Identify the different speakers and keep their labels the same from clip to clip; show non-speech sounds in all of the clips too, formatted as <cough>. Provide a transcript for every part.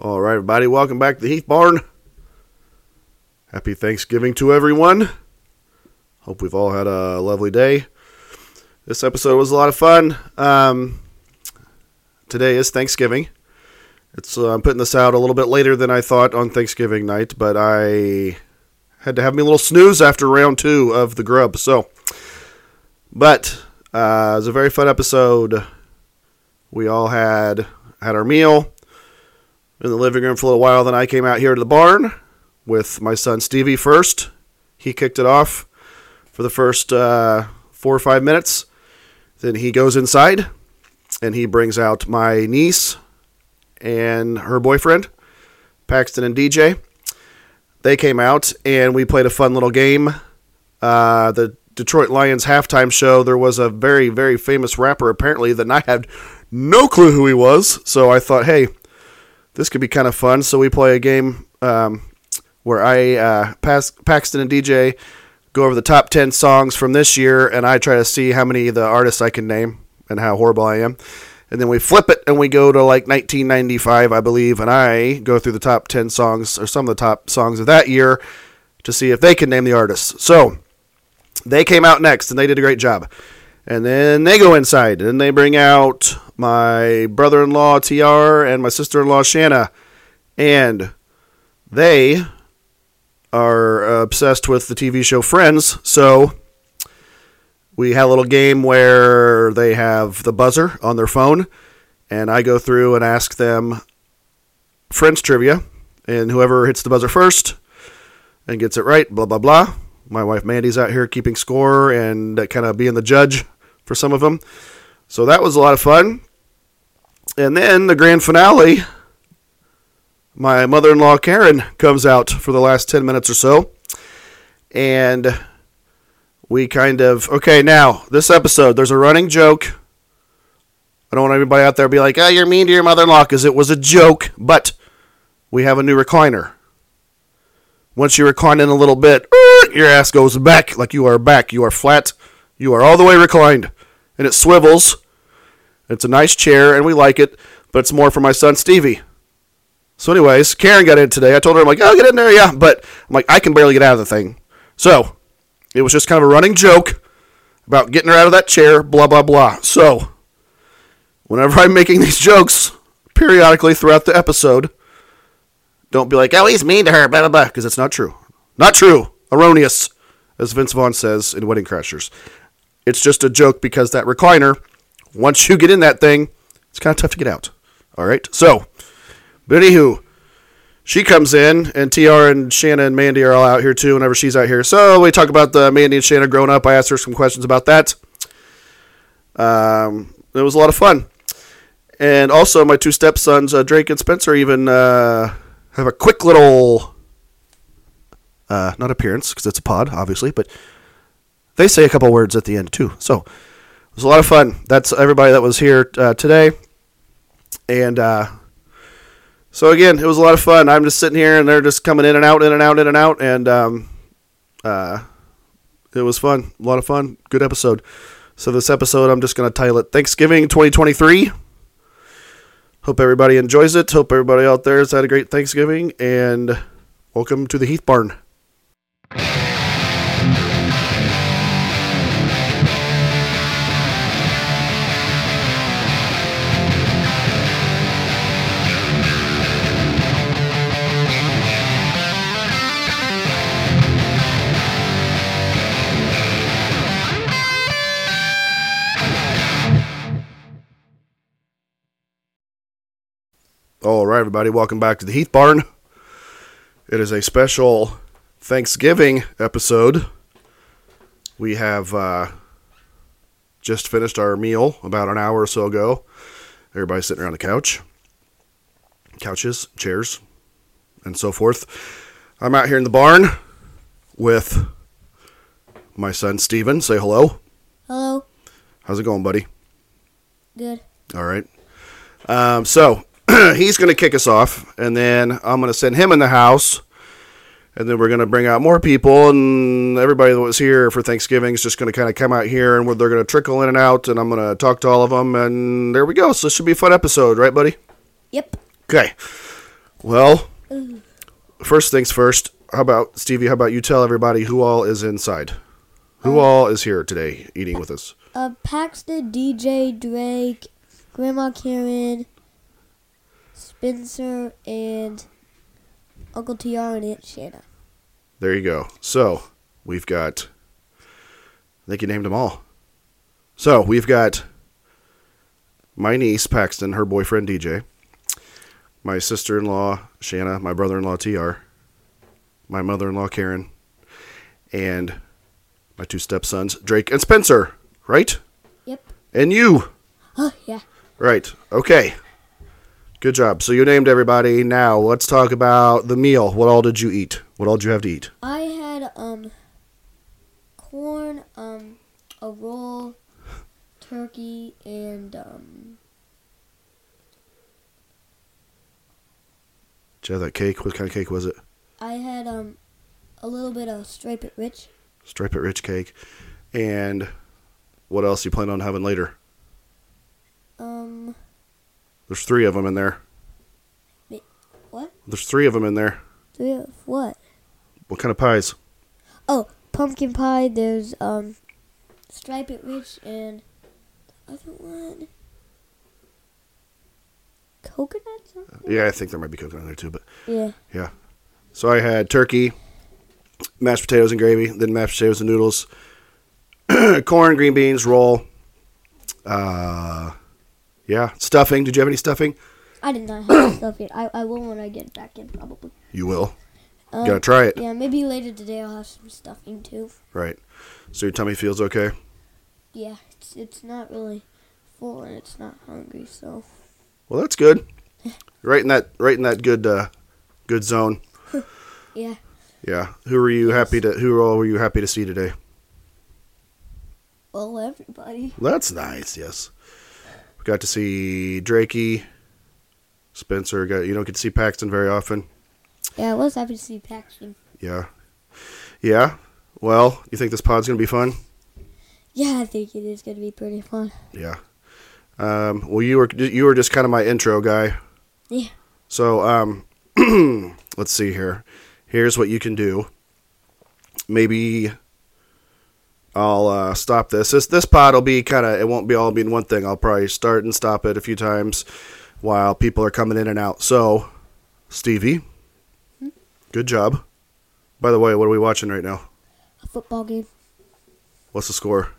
Speaker 1: All right, everybody, welcome back to the Heath Barn. Happy Thanksgiving to everyone. Hope we've all had a lovely day. This episode was a lot of fun. Um, today is Thanksgiving. It's uh, I'm putting this out a little bit later than I thought on Thanksgiving night, but I had to have me a little snooze after round two of the grub. So, but uh, it was a very fun episode. We all had had our meal in the living room for a little while. Then I came out here to the barn with my son Stevie first. He kicked it off for the first uh, four or five minutes. Then he goes inside and he brings out my niece and her boyfriend, Paxton and DJ. They came out and we played a fun little game. Uh, the Detroit Lions halftime show, there was a very, very famous rapper apparently that I had no clue who he was. So I thought, hey, this could be kind of fun. So we play a game um, where I, uh, Pas- Paxton and DJ, go over the top 10 songs from this year and I try to see how many of the artists I can name and how horrible I am. And then we flip it and we go to like 1995, I believe, and I go through the top 10 songs or some of the top songs of that year to see if they can name the artists. So they came out next and they did a great job. And then they go inside and they bring out my brother in law, TR, and my sister in law, Shanna. And they are uh, obsessed with the TV show Friends. So we had a little game where they have the buzzer on their phone, and I go through and ask them Friends trivia, and whoever hits the buzzer first and gets it right, blah blah blah. My wife Mandy's out here keeping score and uh, kind of being the judge for some of them. So that was a lot of fun. And then the grand finale my mother-in-law Karen comes out for the last 10 minutes or so and we kind of okay now this episode there's a running joke I don't want anybody out there to be like oh you're mean to your mother-in-law because it was a joke but we have a new recliner once you recline in a little bit <clears throat> your ass goes back like you are back you are flat you are all the way reclined and it swivels it's a nice chair and we like it but it's more for my son Stevie so, anyways, Karen got in today. I told her, I'm like, oh, get in there, yeah. But I'm like, I can barely get out of the thing. So, it was just kind of a running joke about getting her out of that chair, blah, blah, blah. So, whenever I'm making these jokes periodically throughout the episode, don't be like, oh, he's mean to her, blah, blah, blah, because it's not true. Not true. Erroneous, as Vince Vaughn says in Wedding Crashers. It's just a joke because that recliner, once you get in that thing, it's kind of tough to get out. All right. So, but anywho, she comes in, and TR and Shanna and Mandy are all out here too whenever she's out here. So we talk about the Mandy and Shanna growing up. I asked her some questions about that. Um, it was a lot of fun. And also, my two stepsons, uh, Drake and Spencer, even uh, have a quick little, uh, not appearance, because it's a pod, obviously, but they say a couple words at the end, too. So it was a lot of fun. That's everybody that was here uh, today. And uh, so again, it was a lot of fun. I'm just sitting here, and they're just coming in and out, in and out, in and out, and um, uh, it was fun. A lot of fun. Good episode. So this episode, I'm just going to title it Thanksgiving 2023. Hope everybody enjoys it. Hope everybody out there has had a great Thanksgiving, and welcome to the Heath Barn. All right, everybody, welcome back to the Heath Barn. It is a special Thanksgiving episode. We have uh, just finished our meal about an hour or so ago. Everybody's sitting around the couch, couches, chairs, and so forth. I'm out here in the barn with my son Steven. Say hello.
Speaker 2: Hello.
Speaker 1: How's it going, buddy?
Speaker 2: Good.
Speaker 1: All right. Um, so <clears throat> he's going to kick us off, and then I'm going to send him in the house, and then we're going to bring out more people, and everybody that was here for Thanksgiving is just going to kind of come out here, and we're- they're going to trickle in and out, and I'm going to talk to all of them, and there we go. So this should be a fun episode, right, buddy?
Speaker 2: Yep.
Speaker 1: Okay. Well,
Speaker 2: Uh,
Speaker 1: first things first. How about Stevie? How about you tell everybody who all is inside? Who all is here today eating with us?
Speaker 2: Uh, Paxton, DJ, Drake, Grandma Karen, Spencer, and Uncle TR and Aunt Shanna.
Speaker 1: There you go. So we've got. I think you named them all. So we've got my niece Paxton, her boyfriend DJ, my sister-in-law Shanna, my brother-in-law Tr, my mother-in-law Karen, and my two stepsons Drake and Spencer. Right?
Speaker 2: Yep.
Speaker 1: And you.
Speaker 2: Oh, yeah.
Speaker 1: Right. Okay. Good job. So you named everybody. Now let's talk about the meal. What all did you eat? What all did you have to eat?
Speaker 2: I had, um, corn, um, a roll, turkey, and, um,
Speaker 1: Did you have that cake? What kind of cake was it?
Speaker 2: I had, um, a little bit of Stripe It Rich.
Speaker 1: Stripe it rich cake. And what else you plan on having later?
Speaker 2: Um,
Speaker 1: There's three of them in there.
Speaker 2: Mi- what?
Speaker 1: There's three of them in there.
Speaker 2: three of what?
Speaker 1: What kind of pies?
Speaker 2: Oh, pumpkin pie. There's um, stripe it rich and the other one, coconut. Something?
Speaker 1: Yeah, I think there might be coconut in there too. But
Speaker 2: Yeah.
Speaker 1: so I had turkey, mashed potatoes and gravy, then mashed potatoes and noodles, <clears throat> corn, green beans, roll. Uh, yeah, stuffing. Did you have any stuffing?
Speaker 2: I did not have stuff yet. I, I will when I get back in probably.
Speaker 1: You will.
Speaker 2: Um,
Speaker 1: Gotta try it.
Speaker 2: Yeah, maybe later today I'll have some stuffing too.
Speaker 1: Right. So your tummy feels okay.
Speaker 2: Yeah, it's it's not really full and it's not hungry, so
Speaker 1: Well, that's good. Right in that right in that good uh, good zone.
Speaker 2: yeah.
Speaker 1: Yeah. Who were you happy to who all were you happy to see today?
Speaker 2: Well, everybody.
Speaker 1: That's nice. Yes. We got to see Drakey, Spencer. Got you don't get to see Paxton very often.
Speaker 2: Yeah, I was happy to see Paxton.
Speaker 1: Yeah. Yeah. Well, you think this pod's gonna be fun?
Speaker 2: Yeah, I think it is gonna be pretty fun.
Speaker 1: Yeah. Um, well, you were you were just kind of my intro guy.
Speaker 2: Yeah.
Speaker 1: So um, <clears throat> let's see here. Here's what you can do. Maybe I'll uh, stop this. This this pod will be kind of it won't be all be in one thing. I'll probably start and stop it a few times while people are coming in and out. So Stevie, good job. By the way, what are we watching right now?
Speaker 2: A football game.
Speaker 1: What's the score?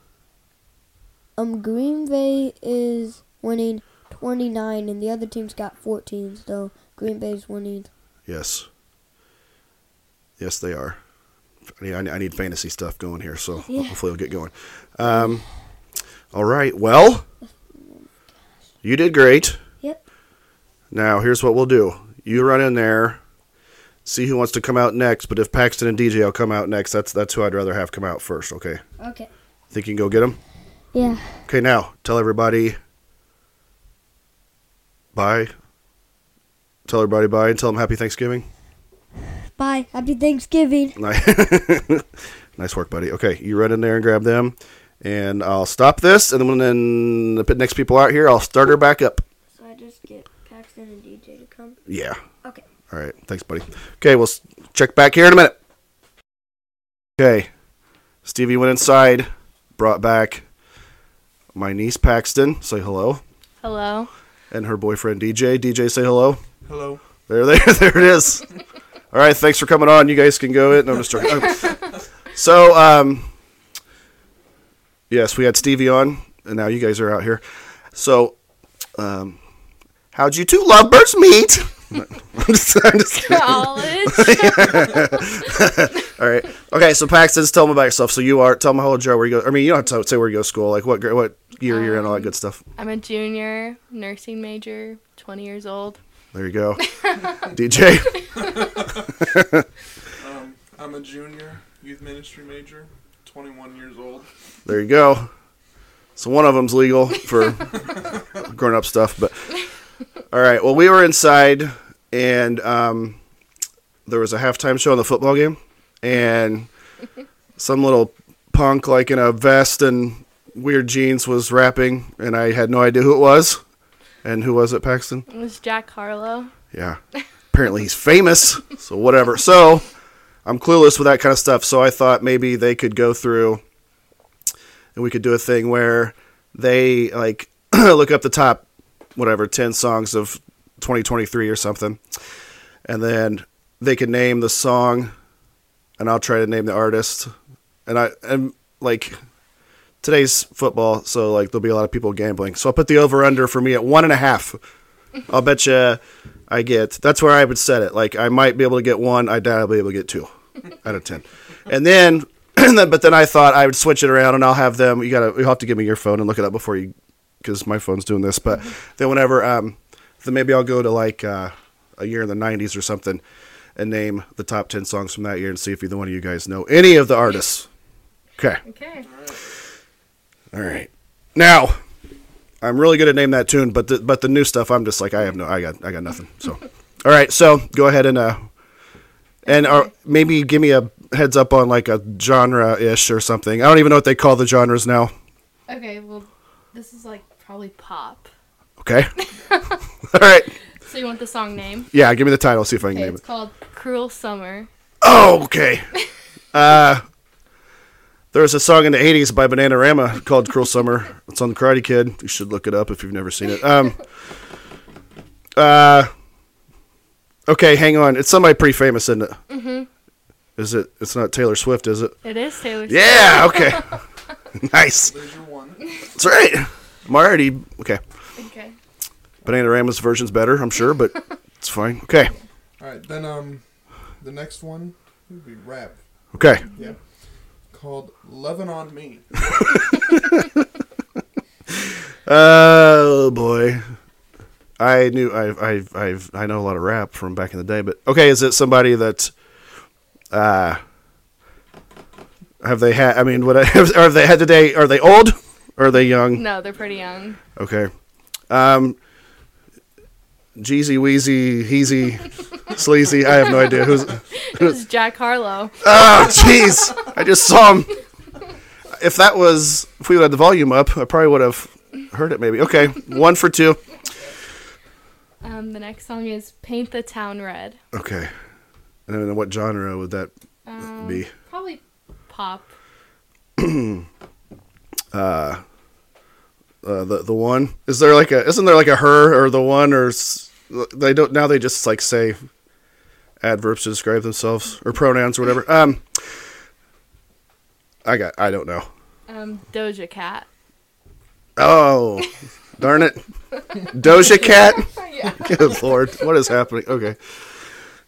Speaker 2: Um, Green Bay is winning 29, and the other team's got 14, so Green Bay's winning.
Speaker 1: Yes. Yes, they are. I need, I need fantasy stuff going here, so
Speaker 2: Yeah.
Speaker 1: hopefully we'll get going. Um, all right. Well, you did great.
Speaker 2: Yep.
Speaker 1: Now, here's what we'll do you run in there, see who wants to come out next, but if Paxton and DJ will come out next, that's, that's who I'd rather have come out first, okay?
Speaker 2: Okay.
Speaker 1: Think you can go get them?
Speaker 2: Yeah.
Speaker 1: Okay, now tell everybody bye. Tell everybody bye and tell them happy Thanksgiving.
Speaker 2: Bye. Happy Thanksgiving.
Speaker 1: Ni- nice <laughs> work, buddy. Okay, you run in there and grab them, and I'll stop this. And then when then the p- next people out here, I'll start her back up.
Speaker 2: So I just get Paxton and DJ to come.
Speaker 1: Yeah.
Speaker 2: Okay.
Speaker 1: All right. Thanks, buddy. Okay, we'll s- check back here in a minute. Okay, Stevie went inside, brought back my niece Paxton. Say hello,
Speaker 3: Hello.
Speaker 1: and her boyfriend DJ. DJ, say hello.
Speaker 4: Hello.
Speaker 1: There, <laughs> there, there it is. All right, thanks for coming on. You guys can go it. No, I'm just joking. Okay. So, um, yes, we had Stevie on, and now you guys are out here. So, um, how'd you two lovebirds meet? <laughs> I'm just- I'm just-
Speaker 3: College.
Speaker 1: all right. Okay, so Paxton's tell me about yourself. So you are tell me how old you are, where you go. I mean, you don't have to say where you go to school, like what gra- what year you're in, all that good stuff.
Speaker 3: <laughs> I'm a junior, nursing major, 20 years old.
Speaker 1: There you go, DJ.
Speaker 4: Um, I'm a junior youth ministry major, 21 years old.
Speaker 1: There you go. So one of them's legal for grown up stuff, but all right. Well, we were inside, and um, there was a halftime show in the football game, and some little punk like in a vest and weird jeans was rapping, and I had no idea who it was. And who was it, Paxton?
Speaker 3: It was Jack Harlow.
Speaker 1: Yeah. apparently he's famous. So whatever. So I'm clueless with that kind of stuff. So I thought maybe they could go through and we could do a thing where they like <clears throat> look up the top whatever 10 songs of 2023 or something. And then they could name the song and I'll try to name the artist. And I and like today's football, so like there'll be a lot of people gambling. So I'll put the over under for me at one and a half. I'll bet you I get that's where I would set it. Like I might be able to get one, I doubt I'll be able to get two <laughs> out of ten. And then, <clears throat> and then but then I thought I would switch it around and I'll have them. You gotta you have to give me your phone and look it up before you because my phone's doing this. But then whenever um then maybe I'll go to like uh, a year in the '90s or something and name the top ten songs from that year and see if either one of you guys know any of the artists. Okay.
Speaker 3: Okay.
Speaker 1: All right. Now, I'm really good at name that tune, but the, but the new stuff, I'm just like I have no, I got I got nothing.
Speaker 3: <laughs>
Speaker 1: So, all right. So go ahead and uh, and uh, maybe give me a heads up on like a genre ish or something. I don't even know what they call the genres now.
Speaker 3: Okay, well, this is like probably pop. <laughs>
Speaker 1: Okay. <laughs> all right.
Speaker 3: So you want the song name?
Speaker 1: Yeah. Give me the title. See if I can
Speaker 3: Okay,
Speaker 1: name
Speaker 3: it's
Speaker 1: it.
Speaker 3: called Cruel Summer.
Speaker 1: Oh, okay. Uh, there was a song in the '80s by Bananarama called "Cruel Summer." It's on the Karate Kid. You should look it up if you've never seen it. Um, uh, okay, hang on. It's somebody pretty famous, isn't it? Mm-hmm. Is it? It's not Taylor Swift, is it?
Speaker 3: It is Taylor Swift.
Speaker 1: Yeah. Okay. nice.
Speaker 4: There's
Speaker 1: <laughs>
Speaker 4: your one.
Speaker 1: That's right. I'm already okay.
Speaker 3: Okay.
Speaker 1: Bananarama's version's better, I'm sure, but it's fine. Okay.
Speaker 4: All right, then um, the next one would be rap
Speaker 1: Okay.
Speaker 4: called "Lovin' on Me."
Speaker 1: Oh boy, I knew I I've, I've I know a lot of rap from back in the day, but okay, is it somebody that, uh, have they had? I mean, what <laughs> I- have, have they had today? Are they old? Or are they young?
Speaker 3: No, they're
Speaker 1: <laughs>
Speaker 3: pretty young.
Speaker 1: Okay, um, Jeezy, Weezy, Heezy, Sleazy. I have no idea who's.
Speaker 3: This is Jack Harlow.
Speaker 1: Oh, jeez! I just saw him. If that was, if we had the volume up, I probably would have heard it. Maybe okay, one for two.
Speaker 3: Um, the next song is Paint the Town Red.
Speaker 1: Okay. And then what genre would that
Speaker 3: Um,
Speaker 1: be?
Speaker 3: Probably pop.
Speaker 1: Uh, the the one is there like a isn't there like a her or the one or s- they don't now they just like say adverbs to describe themselves or pronouns or whatever. Um, I got I don't know.
Speaker 3: Um, Doja Cat.
Speaker 1: Oh,
Speaker 3: <laughs>
Speaker 1: darn it, Doja Cat.
Speaker 3: yeah.
Speaker 1: Good lord, what is happening? Okay,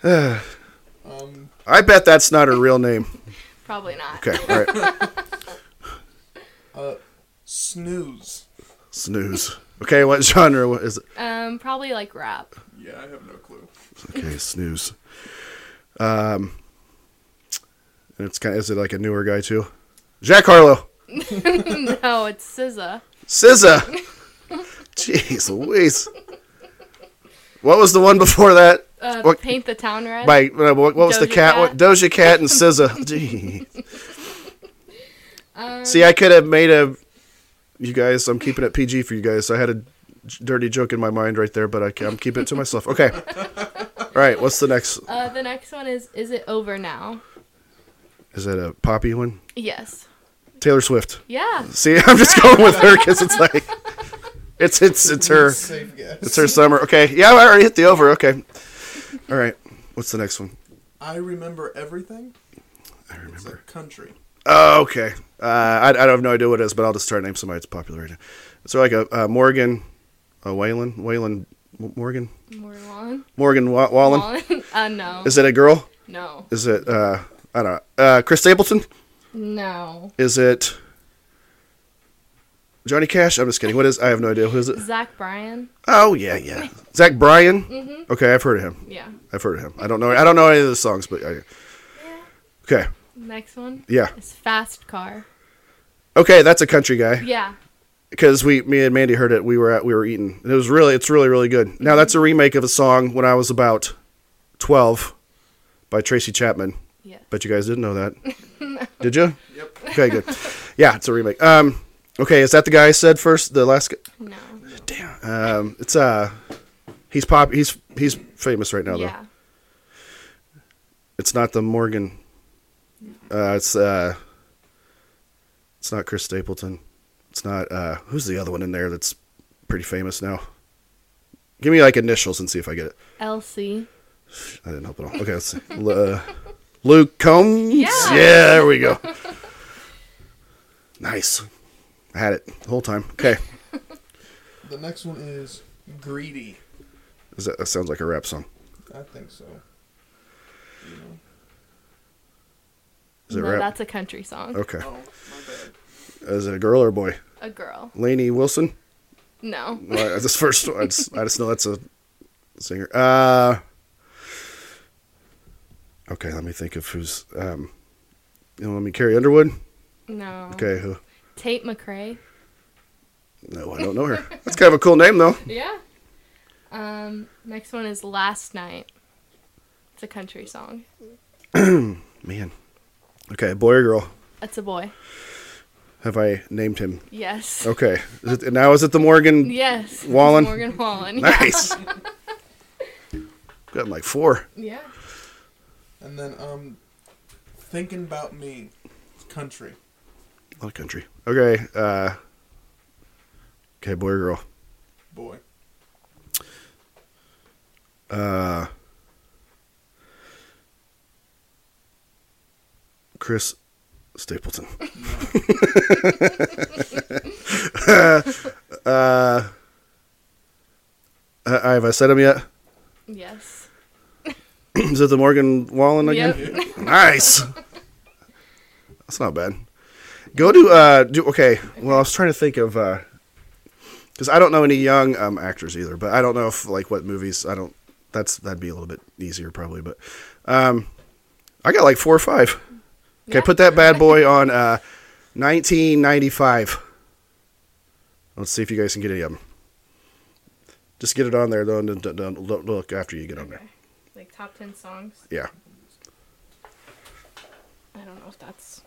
Speaker 4: Um,
Speaker 1: I bet that's not her real name.
Speaker 3: Probably not.
Speaker 1: Okay, all right,
Speaker 3: <laughs>
Speaker 4: uh, snooze.
Speaker 1: snooze. Okay, what genre is it?
Speaker 3: Um, probably like rap.
Speaker 1: <laughs>
Speaker 4: Yeah, I have no clue.
Speaker 1: Okay, snooze. Um, and it's kind of, is it like a newer guy too? Jack Harlow,
Speaker 3: no, it's SZA. <laughs>
Speaker 1: SZA. Jeez Louise. What was the one before that?
Speaker 3: Uh,
Speaker 1: What-
Speaker 3: Paint the Town Red.
Speaker 1: By uh, what, what was the
Speaker 3: Doja
Speaker 1: cat?
Speaker 3: Cat.
Speaker 1: What, Doja Cat and
Speaker 3: <laughs>
Speaker 1: SZA. Jeez.
Speaker 3: Um,
Speaker 1: See, I could have made a. You guys, I'm keeping it PG for you guys. I had a j- dirty joke in my mind right there, but I, ca- I'm keeping it to myself.
Speaker 3: <laughs>
Speaker 1: Okay. All right. What's the next?
Speaker 3: Uh, the next one is Is It Over Now?
Speaker 1: Is that a poppy one?
Speaker 3: Yes.
Speaker 1: Taylor Swift.
Speaker 3: Yeah.
Speaker 1: See, <laughs> I'm just going with her because it's like, it's it's it's her,
Speaker 4: Safe guess.
Speaker 1: it's her summer. Okay, yeah, I already hit the over. Okay, all right. What's the next one?
Speaker 4: I remember everything.
Speaker 1: I
Speaker 4: It's
Speaker 1: remember.
Speaker 4: like country.
Speaker 1: Oh, okay. Uh, I I don't have no idea what it is, but I'll just try to name somebody that's popular right now. So like a, uh Morgan, a Waylon, Waylon, M- Morgan,
Speaker 3: Morwan.
Speaker 1: Morgan Wa- Wallen.
Speaker 3: Wallen? <laughs> Uh, no.
Speaker 1: Is it a girl?
Speaker 3: no.
Speaker 1: Is it uh, I don't know. Uh, Chris Stapleton?
Speaker 3: No.
Speaker 1: Is it Johnny Cash? I'm just kidding. What is? I have no idea. Who is it?
Speaker 3: Zach Bryan?
Speaker 1: Oh yeah, yeah. Zach Bryan.
Speaker 3: Mhm.
Speaker 1: Okay, I've heard of him.
Speaker 3: Yeah.
Speaker 1: I've heard of him. I don't know. I don't know any of the songs, but I, okay,
Speaker 3: Next one
Speaker 1: yeah,
Speaker 3: is Fast Car.
Speaker 1: okay. That's a country guy
Speaker 3: Yeah.
Speaker 1: because we, me and Mandy heard it. We were at, we were eating. And it was really, it's really, really good. Now that's a remake of a song when I was about twelve by Tracy Chapman.
Speaker 3: Yes.
Speaker 1: Bet you guys didn't know that, did you?
Speaker 4: Yep.
Speaker 1: Okay, good. Yeah, it's a remake. Um, okay, is that the guy I said first? The last. Guy?
Speaker 3: No.
Speaker 1: Damn. Um, it's uh, he's pop. He's he's famous right now though.
Speaker 3: yeah.
Speaker 1: It's not the Morgan. Uh, it's uh, it's not Chris Stapleton. It's not uh, who's the other one in there that's pretty famous now. Give me like initials and see if I get it.
Speaker 3: Elsie.
Speaker 1: I didn't help at all. Okay, let's see. L- uh, Luke Combs.
Speaker 3: Yeah.
Speaker 1: there we go. nice. I had it the whole time. Okay,
Speaker 4: The next one is greedy.
Speaker 1: Is that, that sounds like a rap song.
Speaker 4: I think so. You know.
Speaker 1: Is it
Speaker 3: no,
Speaker 1: rap?
Speaker 3: that's a country song.
Speaker 1: Okay.
Speaker 4: Oh, my bad.
Speaker 1: Is it a girl or a boy?
Speaker 3: A girl.
Speaker 1: Lainey Wilson.
Speaker 3: No.
Speaker 1: Well, this first one, I just, I just know that's a singer. Uh, okay, let me think of who's. Um, you know, let me Carrie Underwood.
Speaker 3: No.
Speaker 1: Okay, who?
Speaker 3: Tate McRae.
Speaker 1: No, I don't know her. That's kind of a cool name though.
Speaker 3: Yeah. Um, next one is Last Night. It's a country song.
Speaker 1: Man. Okay, boy or girl?
Speaker 3: That's a boy.
Speaker 1: Have I named him?
Speaker 3: Yes.
Speaker 1: Okay. Is it, now is it the Morgan?
Speaker 3: Yes. It's
Speaker 1: Wallen.
Speaker 3: Morgan Wallen.
Speaker 1: Nice. Got like four.
Speaker 3: <laughs> Yeah.
Speaker 4: And then um, thinking about me, country.
Speaker 1: A lot of country. Okay. Uh, okay, boy or girl?
Speaker 4: Boy,
Speaker 1: Uh, Chris Stapleton. <laughs> uh, uh, have I said him yet?
Speaker 3: Yes.
Speaker 1: Is it the Morgan Wallen again?
Speaker 3: Yep.
Speaker 1: <laughs> Nice. That's not bad. Go to uh, do okay. Well, I was trying to think of because I don't know any young um, actors either, but I don't know if like what movies. I don't. That's that'd be a little bit easier probably, but um, I got like four or five. Okay,
Speaker 3: Yeah.
Speaker 1: put that bad boy on uh, 1995. Let's see if you guys can get any of them. Just get it on there. Don't, don't, don't, don't look after you get on there.
Speaker 3: Okay. Like top ten songs.
Speaker 1: Yeah.
Speaker 3: I don't know if that's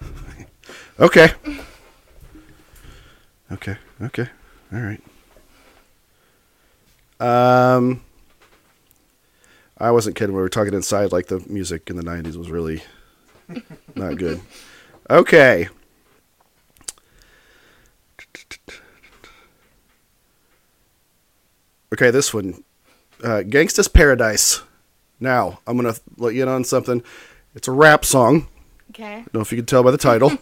Speaker 1: Okay. Okay. Okay. All right. Um, I wasn't kidding. We were talking inside, like the music in the '90s was really not good. Okay. Okay, this one, uh, "Gangsta's Paradise." Now I'm gonna let you in on something. It's a rap song
Speaker 3: okay.
Speaker 1: don't know if you can tell by the title.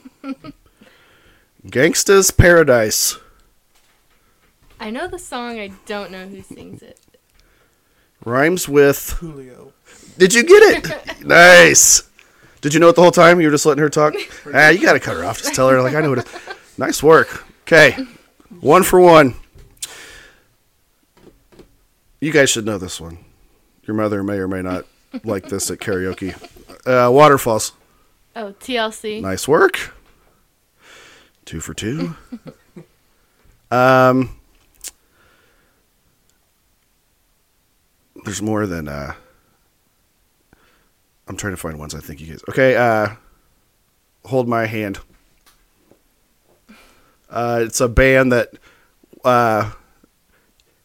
Speaker 1: Gangsta's Paradise.
Speaker 3: I know the song. I don't know who sings it.
Speaker 1: Rhymes with.
Speaker 4: Julio.
Speaker 1: Did you get it? nice. Did you know it the whole time? You were just letting her talk? ah, you got to cut her off. Just tell her, like, I know it. is. Nice work. Okay. One for one. You guys should know this one. Your mother may or may not like this at karaoke. Uh, waterfalls.
Speaker 3: Oh, TLC.
Speaker 1: Nice work. Two for two. um, there's more than uh. I'm trying to find ones I think you guys. Okay, uh, hold my hand. Uh, it's a band that uh,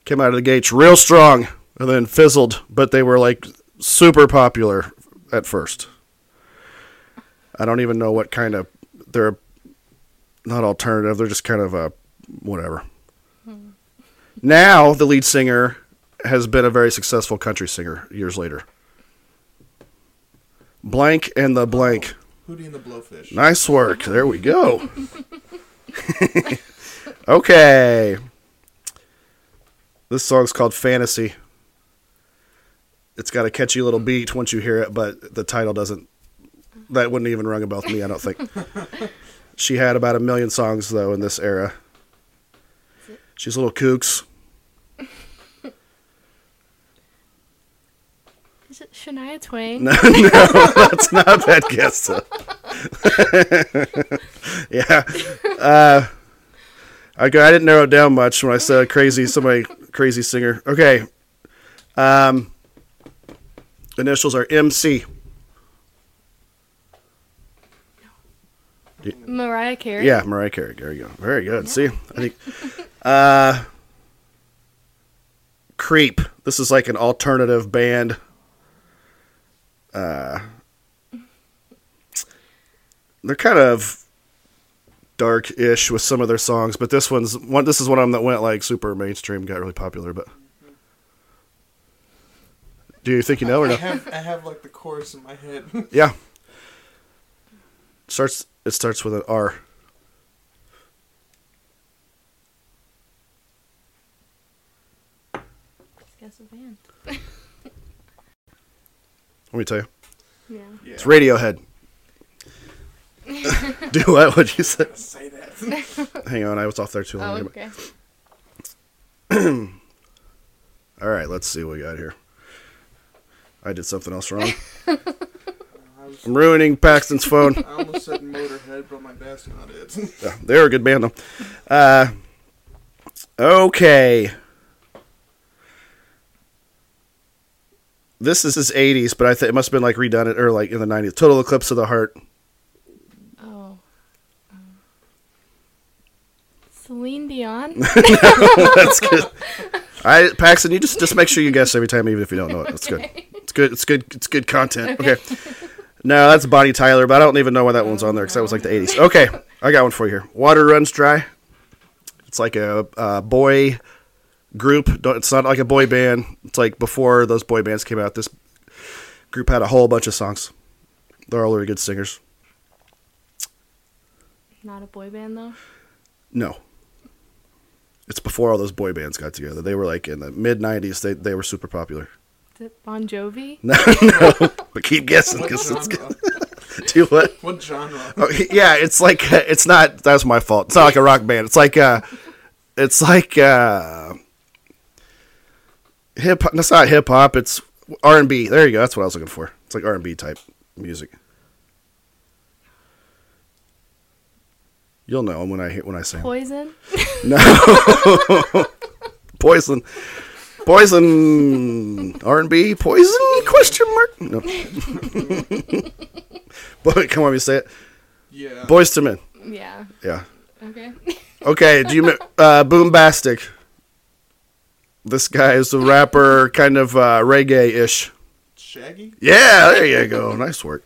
Speaker 1: came out of the gates real strong and then fizzled, but they were like super popular at first. I don't even know what kind of they're not alternative. They're just kind of a whatever. Now the lead singer has been a very successful country singer years later. Blank and the blank.
Speaker 4: Hootie and the Blowfish.
Speaker 1: Nice work. There we go. <laughs> okay. This song's called Fantasy. It's got a catchy little beat once you hear it, but the title doesn't. That wouldn't even rung a bell to me, I don't think. she had about a million songs, though, in this era. She's a little kooks.
Speaker 3: Is it Shania Twain?
Speaker 1: No, no, that's not that guess. though. <laughs> yeah. Uh, I, go- I didn't narrow it down much when I said crazy, somebody, crazy singer. Okay. Um, initials are MC.
Speaker 3: Mariah Carey.
Speaker 1: Yeah, Mariah Carey. There you go. Very good. See, I think. Uh, Creep. This is like an alternative band. uh, they're kind of dark-ish with some of their songs, but this one's one. This is one of them that went like super mainstream, got really popular. But do you think you know or
Speaker 4: I
Speaker 1: no?
Speaker 4: have, I have like the chorus in my head. <laughs>
Speaker 1: Yeah. Starts. It starts with an R.
Speaker 3: Guess the band.
Speaker 1: Let me tell you,
Speaker 3: Yeah.
Speaker 4: yeah.
Speaker 1: it's
Speaker 3: <laughs>
Speaker 1: Radiohead. do what? What'd you say?
Speaker 4: Say that. <laughs>
Speaker 1: Hang on, I was off there too
Speaker 3: Oh,
Speaker 1: long.
Speaker 3: okay.
Speaker 1: All right, let's see what we got here. I did something else wrong.
Speaker 3: <laughs>
Speaker 4: I, was,
Speaker 1: I'm ruining Paxton's
Speaker 3: <laughs>
Speaker 1: phone.
Speaker 4: I almost said Motorhead, but I'm like, that's not it. <laughs>
Speaker 1: Yeah, they're a good band though. Uh, okay. This is his 80s, but I think it must have been like redone it or like in the 90s. Total Eclipse of the Heart.
Speaker 3: Oh. um,
Speaker 1: <laughs>
Speaker 3: Celine Dion?
Speaker 1: That's good. I Paxton, you just just make sure you guess every time, even if you don't know it. That's good. It's good. It's good. It's good content. Okay. No, that's Bonnie Tyler, but I don't even know why that one's on there because that was like the '80s. Okay, I got one for you here. Water runs dry. It's like a, uh boy group. Don't- It's not like a boy band. It's like before those boy bands came out. This group had a whole bunch of songs. They're all really good singers.
Speaker 3: Not a boy band, though.
Speaker 1: No. It's before all those boy bands got together. They were like in the mid '90s. They they were super popular.
Speaker 3: Is it Bon Jovi?
Speaker 1: No, no. But keep guessing
Speaker 4: What
Speaker 1: because it's
Speaker 4: genre?
Speaker 1: <laughs> do what?
Speaker 4: What genre?
Speaker 1: <laughs> Oh, yeah, it's like uh, it's not. That's my fault. It's not like a rock band. It's like uh, it's like uh, hip. That's not hip hop. It's R and B. There you go. That's what I was looking for. It's like R and B type music. You'll know when I hear when I sing.
Speaker 3: Poison?
Speaker 1: <laughs> Poison, poison, R and B, poison? Question mark? No. <laughs> Boy, come on, you say it.
Speaker 4: Yeah.
Speaker 1: Boys to Men.
Speaker 3: Yeah.
Speaker 1: Yeah.
Speaker 3: Okay.
Speaker 1: Okay. Do you mi- uh, boombastic? This guy is a rapper, kind of uh, reggae ish.
Speaker 4: Shaggy?
Speaker 1: Yeah, there you go. Nice work.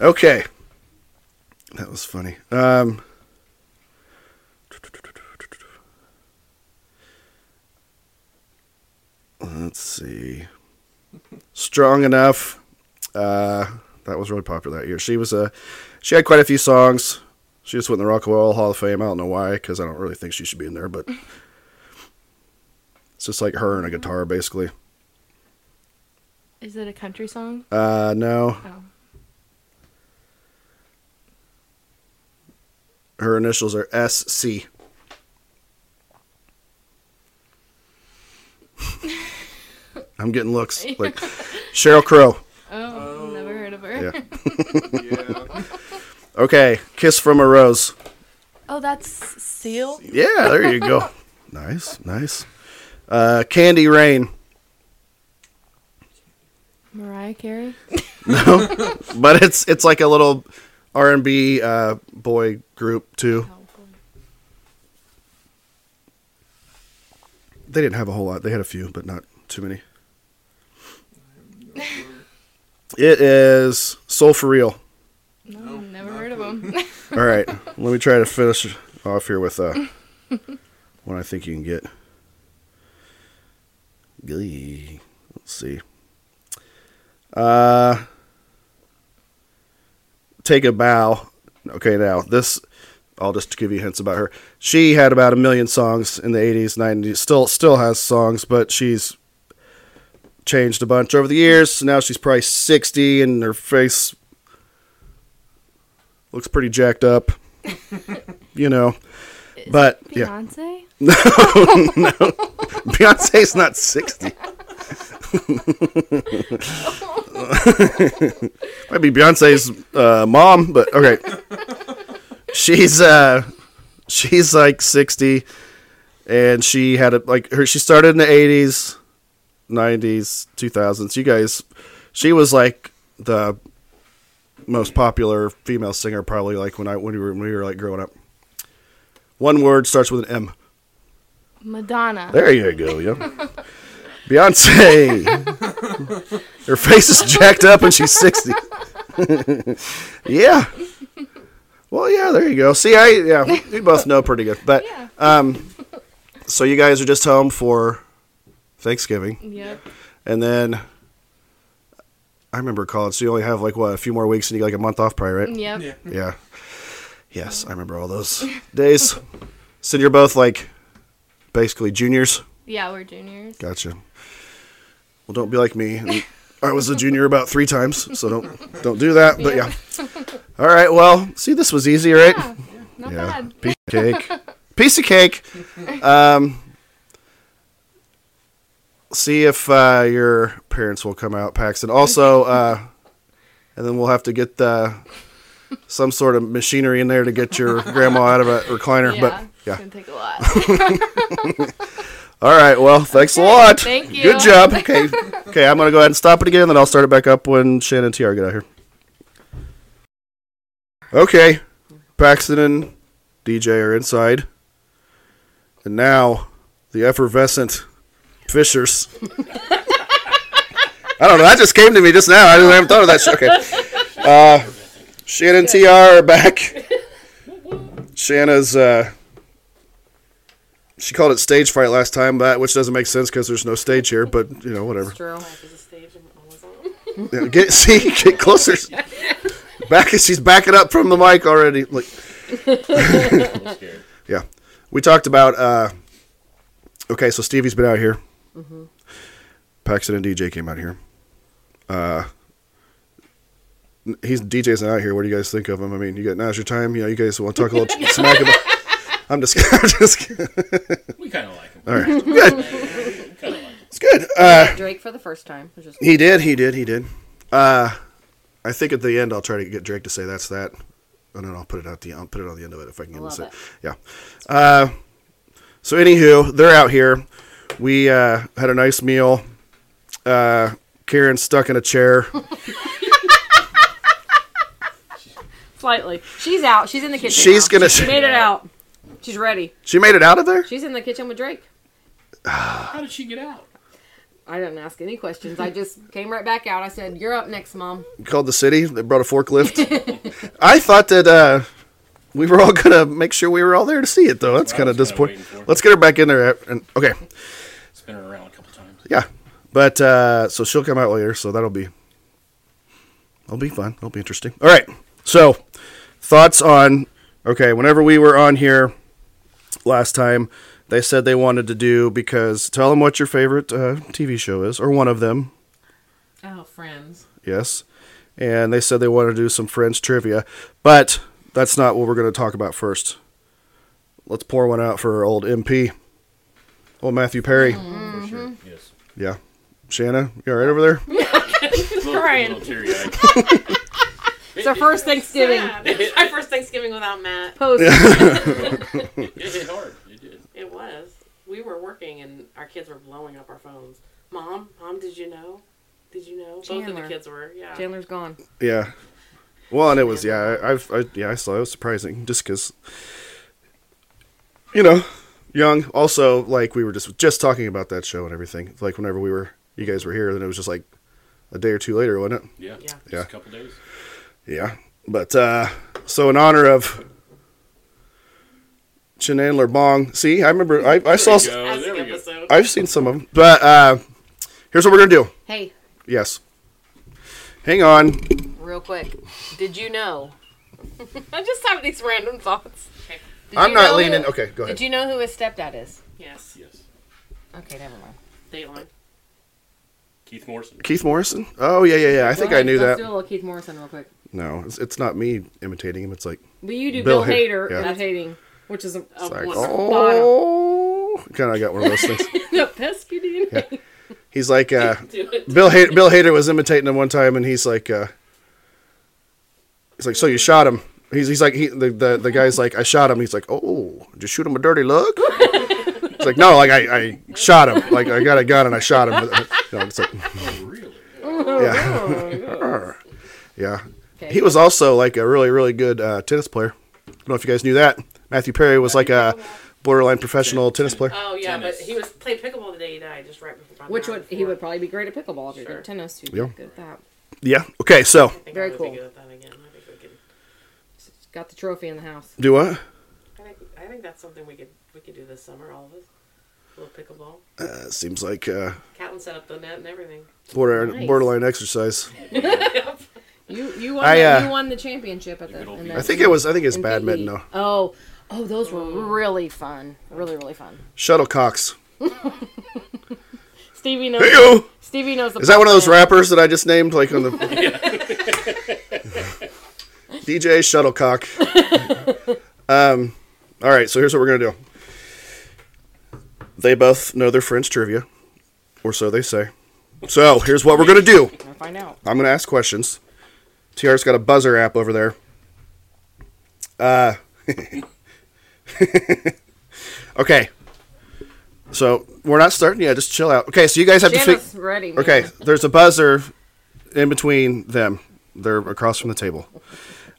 Speaker 1: Okay. That was funny. Um, let's see. Strong enough. Uh, that was really popular that year. She was a. She had quite a few songs. She just went in the Rock and Roll Hall of Fame. I don't know why, because I don't really think she should be in there, but it's just like her and a guitar, basically.
Speaker 3: <laughs> Is it a country song?
Speaker 1: Uh, no,
Speaker 3: Oh.
Speaker 1: her initials are SC. I'm getting looks like Cheryl Crow.
Speaker 3: Oh,
Speaker 4: Oh.
Speaker 3: never heard of her.
Speaker 1: Yeah.
Speaker 4: Yeah.
Speaker 1: Okay, Kiss from a Rose.
Speaker 3: <laughs> Oh, that's Seal?
Speaker 1: Yeah, there you go. Nice, nice. Uh, Candy Rain.
Speaker 3: Mariah Carey?
Speaker 1: No, but it's it's like a little R&B uh, boy group too.
Speaker 3: Oh, boy.
Speaker 1: They didn't have a whole lot. They had a few, but not too many. It is Soul for Real.
Speaker 3: No,
Speaker 4: No,
Speaker 3: never
Speaker 4: not
Speaker 3: heard of
Speaker 4: good.
Speaker 3: <laughs>
Speaker 4: <laughs>
Speaker 3: them.
Speaker 1: All right, let me try to finish off here with uh, what I think you can get. Glee. Let's see. Uh, take a bow. Okay, now this. I'll just give you hints about her. She had about a million songs in the '80s, '90s. Still, still has songs, but she's changed a bunch over the years. So now she's probably 60, and her face looks pretty jacked up. you know,
Speaker 3: Is
Speaker 1: but
Speaker 3: it
Speaker 1: yeah,
Speaker 3: Beyonce?
Speaker 1: Beyonce's not 60. Might be Beyonce's uh, mom, but okay. She's uh, she's like 60, and she had a like her. She started in the 80s, 90s, 2000s. You guys, she was like the most popular female singer probably like when I when we were, when we were like growing up. One word starts with an M.
Speaker 3: Madonna.
Speaker 1: There you go. Yeah. Beyonce. Her face is jacked up and she's 60. <laughs> yeah. Well, yeah, there you go. See, I, yeah, we both know pretty good. But,
Speaker 3: Yeah.
Speaker 1: um, so you guys are just home for Thanksgiving.
Speaker 3: Yep.
Speaker 1: And then I remember college. So you only have like, what, a few more weeks and you get like a month off probably, right?
Speaker 3: Yep.
Speaker 4: Yeah.
Speaker 1: Yeah. Yes, I remember all those days. So you're both like basically juniors.
Speaker 3: Yeah, we're juniors.
Speaker 1: Gotcha. Well, don't be like me. And I was a junior about three times, so don't don't do that. But yeah. All right. Well, see, this was easy, right?
Speaker 3: Yeah. Not bad.
Speaker 1: Piece of cake. Piece of cake. Um, see if uh, your parents will come out, Paxton. Also, uh, and then we'll have to get the, some sort of machinery in there to get your grandma out of a recliner.
Speaker 3: Yeah.
Speaker 1: But
Speaker 3: It's
Speaker 1: yeah.
Speaker 3: gonna take a
Speaker 1: <laughs>
Speaker 3: lot.
Speaker 1: All right. Well, thanks
Speaker 3: <laughs>
Speaker 1: a lot.
Speaker 3: thank you.
Speaker 1: Good
Speaker 3: <laughs>
Speaker 1: job. Okay. Okay. I'm gonna go ahead and stop it again, then I'll start it back up when Shannon and Tiara get out here. Okay. Paxton and DJ are inside, and now the effervescent Fishers. I don't know. That just came to me just now. I haven't thought of that. shit. Okay. Uh, Shannon and Tiara are back. Shanna's. Uh, she called it stage fright last time, but which doesn't make sense because there's no stage here. But you know, whatever. Yeah, <laughs> get see, get closer. Back, she's backing up from the mic already. Like, yeah, we talked about. Uh, okay, so Stevie's been out here. Paxton and DJ came out here. Uh, n- he's DJ's not out here. What do you guys think of him? I mean, you got now's your time. You know, you guys want to talk a little smack about. I'm just, <laughs> I'm just kidding.
Speaker 5: We kind of like him.
Speaker 1: All right, good. It's good. Uh,
Speaker 6: Drake for the first time. Which is
Speaker 1: he did. He did. He did. Uh, I think at the end I'll try to get Drake to say that's that, and then I'll put it out the I'll put it on the end of it if I can get him
Speaker 6: Love
Speaker 1: to say.
Speaker 6: it.
Speaker 1: Yeah. Uh, so anywho, they're out here. We uh, had a nice meal. Uh, Karen stuck in a
Speaker 6: <laughs>
Speaker 1: chair.
Speaker 6: slightly. She's out. She's in the kitchen.
Speaker 1: She's
Speaker 6: now.
Speaker 1: gonna-
Speaker 6: She made it out. She's ready.
Speaker 1: She made it out of there.
Speaker 6: She's in the kitchen with
Speaker 1: <sighs>
Speaker 6: Drake.
Speaker 5: How did she get out?
Speaker 6: I didn't ask any questions. I <laughs> just came right back out. I said, "You're up next, mom."
Speaker 1: called the city. They brought a forklift.
Speaker 6: <laughs>
Speaker 1: I thought that uh, we were all gonna make sure we were all there to see it, though. That's
Speaker 5: Well,
Speaker 1: kind
Speaker 5: I
Speaker 1: of
Speaker 5: was kinda
Speaker 1: disappointing.
Speaker 5: waiting for it.
Speaker 1: Let's get her back in there. And okay,
Speaker 5: Spin her around a couple times.
Speaker 1: yeah, but uh, so she'll come out later, so that'll be that'll be fun. That'll be interesting. All right. So thoughts on okay? Whenever we were on here last time, they said they wanted to do because tell them what your favorite uh, TV show is or one of them.
Speaker 7: Oh, friends.
Speaker 1: Yes. And they said they want to do some French trivia, but that's not what we're going to talk about first. Let's pour one out for our old MP, old Matthew Perry.
Speaker 5: For sure. <laughs> Yes.
Speaker 1: Yeah. Shanna, you all right over there?
Speaker 7: Crying.
Speaker 6: It's our first Thanksgiving
Speaker 7: <laughs> It's my first Thanksgiving without Matt.
Speaker 6: post.
Speaker 5: It hit <laughs> hard. It did.
Speaker 7: It was. We were working and our kids were blowing up our phones. Mom, mom, did you know? Did you know? Both of
Speaker 6: Chandler.
Speaker 7: the kids were. Yeah.
Speaker 6: Chandler's gone.
Speaker 1: Yeah. Well, and it was yeah. I, I've I, yeah I saw it was surprising just because you know young. Also, like we were just just talking about that show and everything. Like whenever we were you guys were here, then it was just like a day or two later, wasn't it?
Speaker 5: Yeah.
Speaker 7: Yeah.
Speaker 5: Just
Speaker 1: Yeah.
Speaker 5: a couple days.
Speaker 1: Yeah. But uh so in honor of Chenandler Bong, see, I remember I, I saw
Speaker 5: There we go. Oh,
Speaker 7: As
Speaker 5: There
Speaker 7: an
Speaker 5: we go.
Speaker 7: episode.
Speaker 1: I've seen some of them. But uh here's what we're going to do.
Speaker 6: Hey,
Speaker 1: Yes. Hang on.
Speaker 6: real quick. Did you know? <laughs> I just have these random thoughts.
Speaker 7: Okay.
Speaker 6: Did
Speaker 1: I'm
Speaker 6: you
Speaker 1: not
Speaker 6: know
Speaker 1: leaning.
Speaker 6: who-
Speaker 1: Okay, go ahead.
Speaker 6: Did you know who his stepdad is?
Speaker 7: Yes.
Speaker 5: Yes.
Speaker 6: Okay, never mind.
Speaker 7: Dateline.
Speaker 5: Keith Morrison.
Speaker 1: Keith Morrison? Oh, yeah, yeah, yeah. I think I knew
Speaker 6: Let's
Speaker 1: that.
Speaker 6: do a little Keith Morrison real quick.
Speaker 1: No, it's, it's not me imitating him. It's like
Speaker 6: But you do
Speaker 1: Bill
Speaker 6: Bill,
Speaker 1: Hay-
Speaker 6: Hader
Speaker 1: yeah.
Speaker 6: imitating, which is a,
Speaker 7: Oh,
Speaker 1: it's like,
Speaker 7: what's-
Speaker 8: <laughs>
Speaker 1: oh, kind of got one of those
Speaker 7: <laughs>
Speaker 1: things.
Speaker 6: a pesky DNA.
Speaker 1: He's like uh
Speaker 7: Do it.
Speaker 1: Bill Hader, Bill Hader was imitating him one time, and he's like, uh, he's like, so you shot him. He's, he's like, he, the, the the guy's like, I shot him. He's like, oh, did you shoot him a dirty look? it's like, no, like I, I shot him. Like I got a gun and I shot him. <laughs> You know, it's like,
Speaker 5: Oh, really?
Speaker 1: <laughs> yeah, yeah.
Speaker 6: Okay.
Speaker 1: He was also like a really really good uh, tennis player. I don't know if you guys knew that. Matthew Perry was like a borderline professional tennis player.
Speaker 7: Oh yeah,
Speaker 5: Tennis.
Speaker 7: but he was playing pickleball the day he died, just right before. my
Speaker 8: Which
Speaker 7: nine
Speaker 8: would he would
Speaker 7: before.
Speaker 8: probably be great at pickleball if you're good
Speaker 7: Sure.
Speaker 8: at tennis. He'd
Speaker 1: Yeah.
Speaker 8: be good at that.
Speaker 1: Yeah. Okay. So
Speaker 7: I think
Speaker 8: Very
Speaker 7: I would be
Speaker 8: cool.
Speaker 7: good at that again. I think we could.
Speaker 8: He's got the trophy in the house.
Speaker 1: do what?
Speaker 7: I think I think that's something we could we could do this summer. All of us, a little pickleball.
Speaker 1: Uh, seems like uh,
Speaker 7: Catlin set up the net and everything.
Speaker 1: border,
Speaker 8: Nice.
Speaker 1: borderline exercise.
Speaker 8: You you won
Speaker 1: I,
Speaker 8: the,
Speaker 1: uh,
Speaker 8: you won the championship at the.
Speaker 5: good old
Speaker 8: in
Speaker 5: beat.
Speaker 8: the
Speaker 1: I think it was. I think it's
Speaker 8: in
Speaker 1: badminton
Speaker 8: PE.
Speaker 1: though.
Speaker 8: Oh oh, those were really fun. Really really fun.
Speaker 1: Shuttlecocks.
Speaker 8: Stevie knows.
Speaker 1: Hey yo.
Speaker 8: Stevie knows. The
Speaker 1: Is that one of those
Speaker 8: plan.
Speaker 1: rappers that I just named? Like on the DJ Shuttlecock. um, all right, so here's what we're gonna do. They both know their French trivia, or so they say. So here's what we're gonna do.
Speaker 8: Gonna find out.
Speaker 1: I'm gonna ask questions. TR's got a buzzer app over there. Uh, <laughs> okay. So we're not starting yet. Just chill out. Okay, so you guys have to. figure.
Speaker 8: Janice ready. man.
Speaker 1: Okay, there's a buzzer in between them. They're across from the table.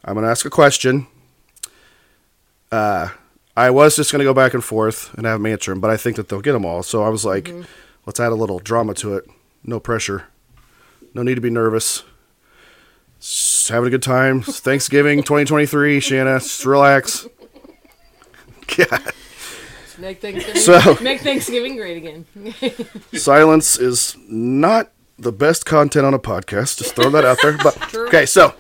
Speaker 1: I'm going to ask a question. Uh, I was just going to go back and forth and have them answer them, but I think that they'll get them all. So I was like, let's add a little drama to it. No pressure. No need to be nervous. Just having a good time. It's Thanksgiving 2023, Shanna. Just relax. <laughs> God.
Speaker 8: Make
Speaker 1: <laughs>
Speaker 8: Thanksgiving,
Speaker 1: So.
Speaker 8: make Thanksgiving great again. <laughs>
Speaker 1: silence is not the best content on a podcast. Just throw that out there. But okay, so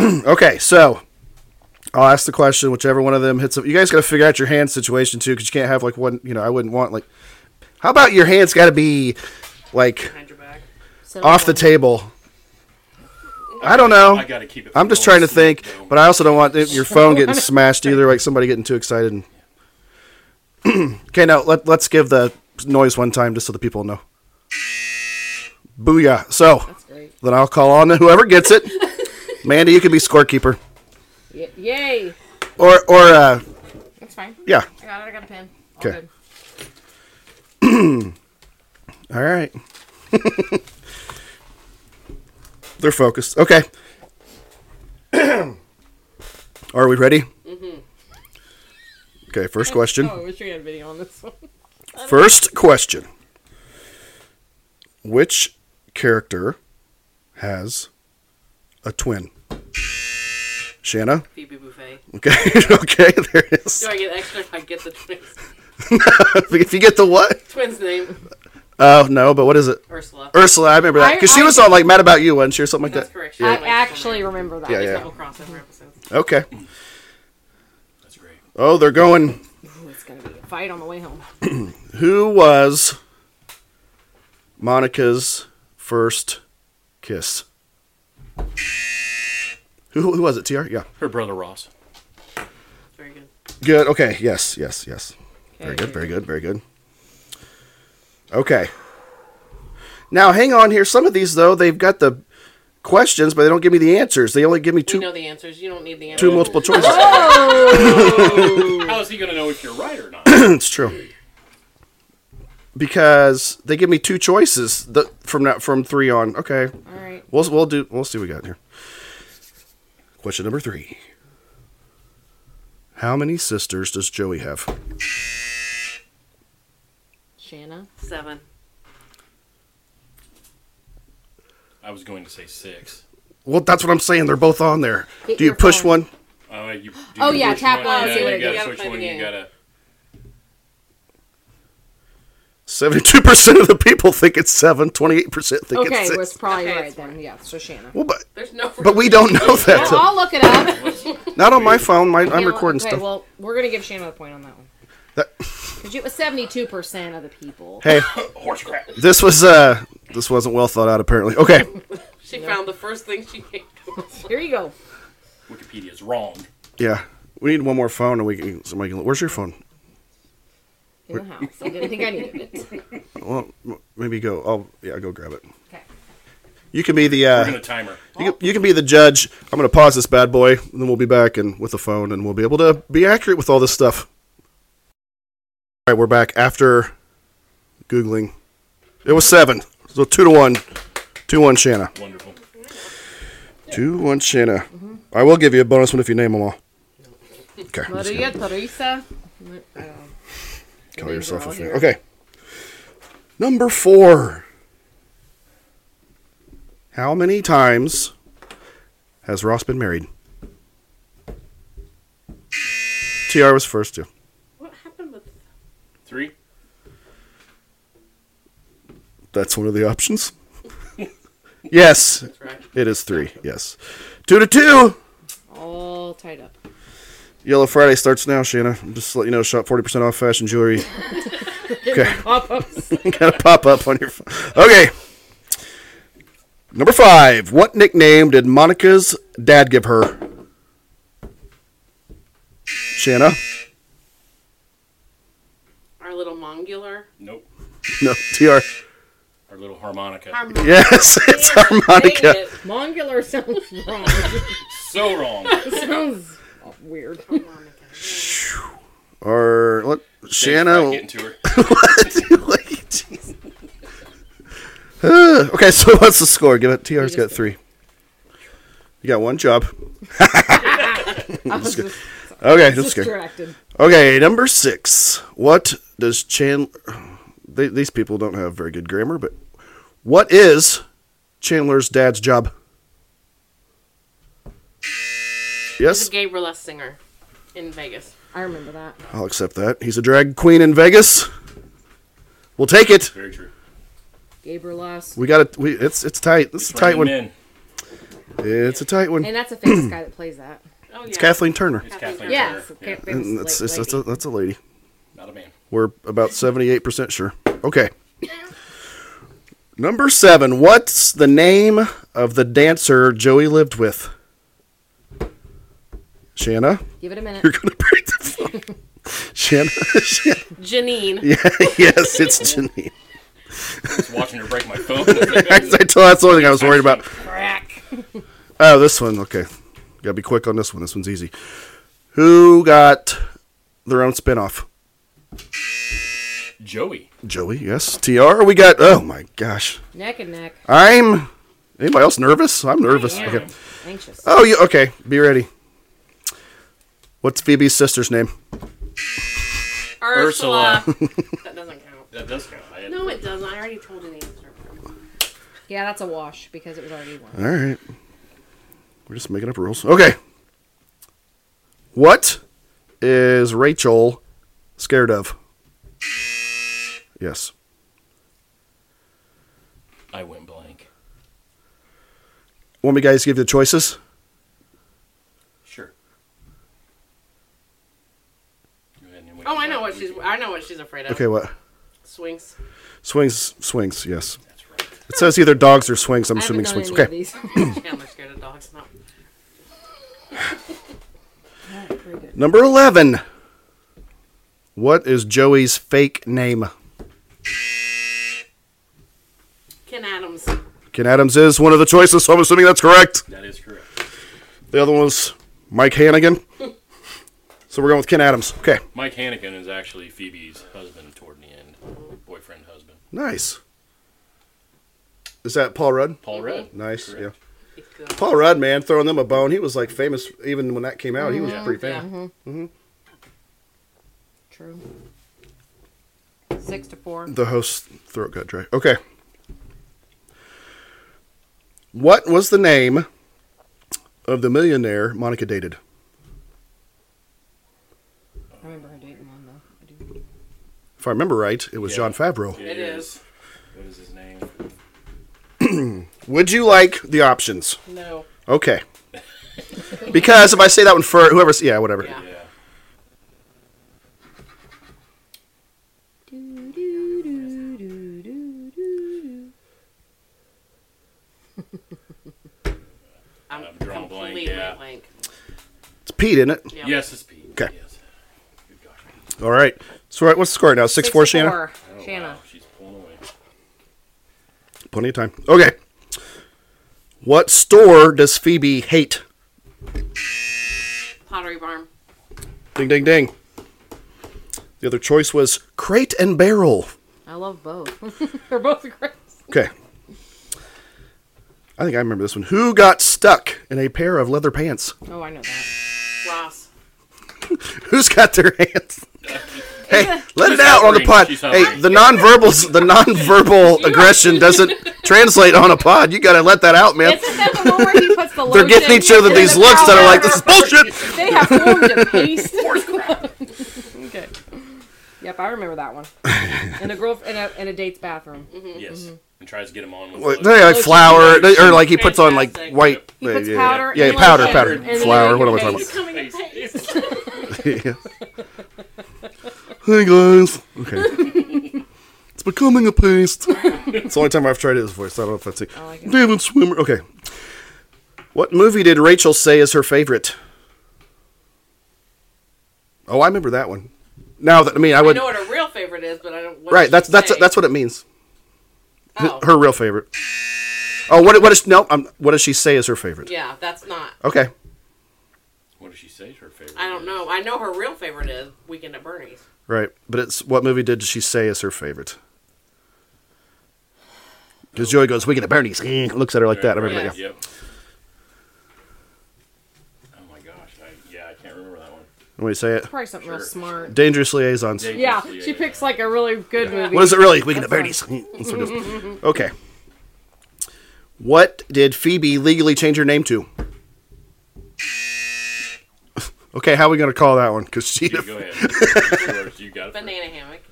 Speaker 1: okay, so I'll ask the question. Whichever one of them hits up, you guys got to figure out your hand situation too, because you can't have like one. You know, I wouldn't want like. How about your hands got to be like
Speaker 7: Behind your back.
Speaker 1: off the table? I don't know.
Speaker 5: I gotta keep it.
Speaker 1: I'm just trying to think, but I also don't want it- your phone
Speaker 3: <laughs>
Speaker 1: getting smashed either, like somebody getting too excited. And... <clears throat> okay, now let, let's give the noise one time just so the people know. Booyah. So
Speaker 8: That's great.
Speaker 1: then I'll call on whoever gets it. Mandy, you can be scorekeeper.
Speaker 8: Y- yay!
Speaker 1: Or, or uh,
Speaker 3: That's fine.
Speaker 1: yeah.
Speaker 3: I got it. I got a pen. All
Speaker 1: Okay.
Speaker 3: good.
Speaker 1: All right. <laughs> They're focused. Okay. <clears throat> Are we ready?
Speaker 3: Mm-hmm.
Speaker 1: Okay, first question.
Speaker 8: Oh, I wish we had video on this one.
Speaker 1: First question. Which character has a twin? Shanna?
Speaker 7: Phoebe Buffet.
Speaker 1: Okay, <laughs> okay, there it is.
Speaker 7: Do I get extra? if I get the twins.
Speaker 1: <laughs> if you get the what?
Speaker 7: Twins name
Speaker 1: Oh, no, but what is it?
Speaker 7: Ursula.
Speaker 1: Ursula, I remember that.
Speaker 8: I-
Speaker 1: Because she
Speaker 8: I-
Speaker 1: was on, like, Mad About You, wasn't she, or something
Speaker 7: That's
Speaker 1: like
Speaker 7: correct.
Speaker 8: I
Speaker 7: Like,
Speaker 8: actually remember that.
Speaker 1: Yeah, yeah.
Speaker 7: Double crossover episodes.
Speaker 1: that? Okay.
Speaker 5: That's great.
Speaker 1: Oh, they're going.
Speaker 8: Ooh, it's gonna be a fight on the way home.
Speaker 1: Who was Monica's first kiss? Who, who was it, TR? Yeah.
Speaker 5: Her brother Ross.
Speaker 7: Very good.
Speaker 1: Good. Okay. Yes. Yes. Yes. Very good. Very good. Very good. Okay. Now, hang on here. Some of these, though, they've got the questions, but they don't give me the answers. They only give me
Speaker 7: You
Speaker 1: two
Speaker 7: know the answers. You don't need the answers.
Speaker 1: two multiple
Speaker 7: <laughs>
Speaker 1: choices.
Speaker 5: How is he gonna know if you're right or
Speaker 1: <coughs>
Speaker 5: not?
Speaker 1: it's true. Because they give me two choices th- from that from three on. Okay,
Speaker 8: All right.
Speaker 1: we'll we'll do we'll see what we got here. Question number three. How many sisters does Joey have?
Speaker 8: Shanna.
Speaker 7: Seven.
Speaker 5: I was going to say six.
Speaker 1: Well, that's what I'm saying. They're both on there.
Speaker 8: Get
Speaker 1: Do you
Speaker 8: your
Speaker 1: push
Speaker 8: phone.
Speaker 1: one?
Speaker 5: Uh, you, do
Speaker 8: Oh,
Speaker 5: you
Speaker 8: yeah,
Speaker 5: which
Speaker 8: tap
Speaker 5: one?
Speaker 8: on,
Speaker 5: Yeah,
Speaker 8: see what
Speaker 5: you
Speaker 8: it
Speaker 5: gotta
Speaker 7: is.
Speaker 5: switch
Speaker 7: Gotta play
Speaker 5: one.
Speaker 7: the
Speaker 5: You
Speaker 7: game.
Speaker 5: gotta.
Speaker 1: Seventy-two percent of the people think it's seven. Twenty-eight percent think
Speaker 8: Okay,
Speaker 1: it's
Speaker 8: was
Speaker 1: six.
Speaker 8: probably
Speaker 7: Okay,
Speaker 8: right
Speaker 7: it's
Speaker 8: then. Yeah, so Shanna.
Speaker 1: well, but
Speaker 7: There's no.
Speaker 1: but we don't know that.
Speaker 8: Well, I'll look it up.
Speaker 1: Not on my phone. My, I'm
Speaker 8: You know,
Speaker 1: recording
Speaker 8: okay,
Speaker 1: stuff.
Speaker 8: Well, we're gonna give Shanna a point on that one.
Speaker 1: That-
Speaker 8: Because it was seventy-two percent of the people.
Speaker 1: hey,
Speaker 5: Horse crap.
Speaker 1: this was uh, this wasn't well thought out apparently. Okay,
Speaker 7: She found the first thing she came to.
Speaker 8: Here you go.
Speaker 5: Wikipedia's wrong.
Speaker 1: yeah, we need one more phone, and we can somebody can. look. Where's your phone?
Speaker 8: In the house. I didn't think I needed it.
Speaker 1: Well, m- maybe go. I'll yeah, go grab it.
Speaker 8: Okay.
Speaker 1: You can be the
Speaker 5: We're gonna
Speaker 1: uh,
Speaker 5: timer.
Speaker 1: you, can, you can be the judge. I'm gonna pause this bad boy, and then we'll be back and with the phone, and we'll be able to be accurate with all this stuff. All right, we're back after googling. It was seven, so two to one, two one Shanna,
Speaker 5: Wonderful.
Speaker 1: two one Shanna. I will give you a bonus one if you name them all. Okay. I'm just gonna-
Speaker 8: Maria Teresa
Speaker 7: Oh.
Speaker 1: Call
Speaker 7: Names are
Speaker 1: yourself a
Speaker 7: all
Speaker 1: fan.
Speaker 7: here.
Speaker 1: Okay. Number four. How many times has Ross been married? TR was first, too.
Speaker 7: What happened with
Speaker 5: Three?
Speaker 1: That's one of the
Speaker 7: <laughs>
Speaker 1: options. yes,
Speaker 7: That's right.
Speaker 1: it is three. Yes. Two to two.
Speaker 7: All tied up.
Speaker 1: Yellow Friday starts now, Shanna. I'm just to let you know, shop 40% off fashion jewelry. okay.
Speaker 7: Pop-ups.
Speaker 1: Got to pop up on your phone. Okay. Number five. What nickname did Monica's dad give her? Shanna?
Speaker 7: Our little mongular.
Speaker 5: Nope.
Speaker 1: No, TR.
Speaker 5: Our little harmonica.
Speaker 7: Our
Speaker 1: Yes, it's harmonica.
Speaker 7: Dang it.
Speaker 8: Mongular sounds wrong.
Speaker 1: <laughs>
Speaker 5: so wrong.
Speaker 8: it sounds weird.
Speaker 7: Harmonica.
Speaker 1: Or let
Speaker 5: Thanks, Brad,
Speaker 1: Shanna.
Speaker 5: Getting to her.
Speaker 1: <laughs> Like, jeez. <sighs> Uh, okay, so what's the score? Give it. TR's got three. You got one job.
Speaker 8: I was
Speaker 1: good.
Speaker 8: just
Speaker 1: Okay, just good.
Speaker 8: distracted.
Speaker 1: Okay, number six. What does Chandler? They, these people don't have very good grammar, but what is Chandler's dad's job?
Speaker 7: He's
Speaker 1: Yes,
Speaker 7: a gay burlesque singer in Vegas.
Speaker 8: I remember that.
Speaker 1: I'll accept that. He's a drag queen in Vegas. We'll take it.
Speaker 5: Very true.
Speaker 8: Gabriel last.
Speaker 1: We got it. We it's it's tight. It's a
Speaker 5: It's
Speaker 1: tight one.
Speaker 5: Men.
Speaker 1: It's a tight one.
Speaker 8: And that's a famous guy that plays that.
Speaker 7: Oh yeah.
Speaker 1: It's Kathleen Turner.
Speaker 5: It's Kathleen
Speaker 8: Yes.
Speaker 5: Turner.
Speaker 8: okay,
Speaker 5: Yeah,
Speaker 8: famous
Speaker 1: And That's
Speaker 8: la-
Speaker 1: Mm, it's, that's a
Speaker 8: lady.
Speaker 1: that's a lady.
Speaker 5: Not a man.
Speaker 1: We're about 78% sure. Okay. Number seven. What's the name of the dancer Joey lived with? Shanna? <laughs>
Speaker 8: Give it a minute.
Speaker 1: You're going to break the phone. Shanna? <laughs> Shanna?
Speaker 7: Janine.
Speaker 1: yes, it's Janine. <laughs>
Speaker 5: Just watching her break my phone.
Speaker 1: I told that's the only thing I was worried about.
Speaker 5: Crack.
Speaker 1: Oh, this one. Okay. Got to be quick on this one. This one's easy. Who got their own spinoff?
Speaker 5: Joey.
Speaker 1: Joey, yes. TR, we got. Oh, my gosh.
Speaker 8: Neck and neck.
Speaker 1: I'm. Anybody else nervous? I'm nervous.
Speaker 5: am.
Speaker 1: Okay.
Speaker 8: Anxious.
Speaker 1: Oh, you okay? Be ready. What's Phoebe's sister's name?
Speaker 5: Ursula.
Speaker 7: Ursula. that doesn't count.
Speaker 5: That does count. I had-
Speaker 7: No, it doesn't. I already told you the answer.
Speaker 8: Yeah, that's a wash because it was already one.
Speaker 1: All right. We're just making up rules. Okay. What is Rachel scared of? Yes.
Speaker 5: I went blank.
Speaker 1: Want me guys to give you the choices?
Speaker 5: Sure. Go ahead and wait.
Speaker 7: Oh, I know what she's. I know what she's afraid of.
Speaker 1: Okay, what?
Speaker 7: Swings.
Speaker 1: Swings, swings, yes.
Speaker 5: That's right.
Speaker 1: It says either dogs or swings. I'm
Speaker 8: I haven't
Speaker 1: assuming
Speaker 8: done
Speaker 1: swings.
Speaker 8: any of
Speaker 1: Okay.
Speaker 8: these. <laughs>
Speaker 7: Chandler's scared of dogs. Not
Speaker 1: Number 11. What is Joey's fake name?
Speaker 7: Ken Adams.
Speaker 1: Ken Adams is one of the choices, so I'm assuming that's correct.
Speaker 5: That is correct.
Speaker 1: The other one was Mike
Speaker 5: <laughs>
Speaker 1: Hannigan. so we're going with Ken Adams. Okay.
Speaker 5: Mike Hannigan is actually Phoebe's husband toward the end. Boyfriend, husband.
Speaker 1: Nice. Is that Paul Rudd?
Speaker 5: Paul Rudd.
Speaker 1: Nice.
Speaker 5: Correct.
Speaker 1: Yeah.
Speaker 7: He's good.
Speaker 1: Paul Rudd, man, throwing them a bone. He was like famous even when that came out. He was
Speaker 5: Mm-hmm.
Speaker 1: pretty famous.
Speaker 8: True. Six to four.
Speaker 1: The host's throat got dry. Okay. What was the name of the millionaire Monica dated?
Speaker 8: I remember her dating one though. I do.
Speaker 1: If I remember right, it was
Speaker 5: Yeah.
Speaker 1: John Favreau.
Speaker 5: What
Speaker 7: It
Speaker 5: is his name?
Speaker 1: Would you like the options?
Speaker 7: No.
Speaker 1: Okay. because if I say that one for whoever's, yeah, whatever.
Speaker 7: Yeah.
Speaker 5: Yeah.
Speaker 7: I'm,
Speaker 5: I'm drawing a blank,
Speaker 7: completely
Speaker 5: yeah.
Speaker 7: blank.
Speaker 1: It's Pete, isn't it?
Speaker 7: Yeah.
Speaker 5: Yes, it's Pete.
Speaker 1: Okay.
Speaker 5: Yes. Good gosh.
Speaker 1: All right. So right, what's the score now? Six,
Speaker 8: Six
Speaker 1: four,
Speaker 8: to
Speaker 1: Shanna.
Speaker 8: four.
Speaker 5: Oh,
Speaker 8: Shanna.
Speaker 5: wow, She's pulling away.
Speaker 1: Plenty of time. Okay. What store does Phoebe hate?
Speaker 7: Pottery Barn.
Speaker 1: Ding, ding, ding. The other choice was crate and barrel.
Speaker 8: I love both. <laughs> They're both great.
Speaker 1: Okay. I think I remember this one. Who got stuck in a pair of leather pants?
Speaker 8: Oh, I know that.
Speaker 7: Ross.
Speaker 8: <laughs>
Speaker 1: Who's got their hands? Hey, let it
Speaker 5: She's
Speaker 1: out on the
Speaker 5: hovering.
Speaker 1: pod.
Speaker 5: She's
Speaker 1: Hey,
Speaker 5: hovering.
Speaker 1: the nonverbals, the
Speaker 8: <laughs>
Speaker 1: nonverbal aggression doesn't translate on a pod. You gotta let that out, man.
Speaker 6: It's just that the one where he puts the
Speaker 1: They're giving
Speaker 6: lotion
Speaker 1: each other
Speaker 6: into the
Speaker 1: these looks that are like,
Speaker 6: powder.
Speaker 1: "This is bullshit."
Speaker 6: They have formed a peace.
Speaker 8: <laughs>
Speaker 6: okay.
Speaker 8: Yep, I remember that
Speaker 1: <laughs>
Speaker 8: one. In a girl in a in a date's bathroom.
Speaker 7: Mm-hmm.
Speaker 5: Yes. And tries to get him on with
Speaker 1: Like,
Speaker 5: the
Speaker 1: they like flour, they- or like he puts on like
Speaker 7: Fantastic.
Speaker 1: white.
Speaker 8: He puts
Speaker 1: yeah, yeah.
Speaker 8: powder
Speaker 1: Yeah,
Speaker 8: and
Speaker 1: powder,
Speaker 8: lotion
Speaker 1: powder,
Speaker 8: and then
Speaker 1: flour.
Speaker 8: in
Speaker 1: What am I
Speaker 8: your
Speaker 1: talking
Speaker 8: face.
Speaker 7: Coming in pace.
Speaker 1: <laughs> Hey guys. Okay. it's becoming a paste. it's the only time I've tried it this voice. I don't know if that's it.
Speaker 7: Oh,
Speaker 1: David Swimmer. Okay. What movie did Rachel say is her favorite? Oh, I remember that one. Now that I mean, I
Speaker 7: I
Speaker 1: would.
Speaker 7: know what her real favorite is, but I don't. What
Speaker 1: right.
Speaker 7: she
Speaker 1: That's that's
Speaker 7: say?
Speaker 1: that's what it means. H-
Speaker 7: Oh,
Speaker 1: Her real favorite. Oh, what what is no? Um, what does she say is her favorite?
Speaker 7: yeah, that's not.
Speaker 1: Okay.
Speaker 5: What does she say is her favorite?
Speaker 7: I don't
Speaker 5: is?
Speaker 7: know. I know her real favorite is Weekend at Bernie's.
Speaker 1: Right. But it's what movie did she say is her favorite? Because Joey goes, "Weekend at Bernie's." Looks at her like that. I remember that.
Speaker 5: Right,
Speaker 1: Yeah.
Speaker 5: right, Yep. Oh my gosh. I, yeah, I can't remember that one.
Speaker 1: Let me say it.
Speaker 8: Probably something real
Speaker 5: Sure.
Speaker 8: smart.
Speaker 1: Dangerous liaisons.
Speaker 5: Dangerous
Speaker 8: Yeah, she
Speaker 5: Liaison.
Speaker 8: picks like a really good movie.
Speaker 1: What is it really? Weekend at Bernie's. That's what it is. okay. What did Phoebe legally change her name to? <laughs> Okay, how are we gonna call that one? Because she.
Speaker 5: You go ahead. Yours, you got it. first.
Speaker 7: Banana hammock.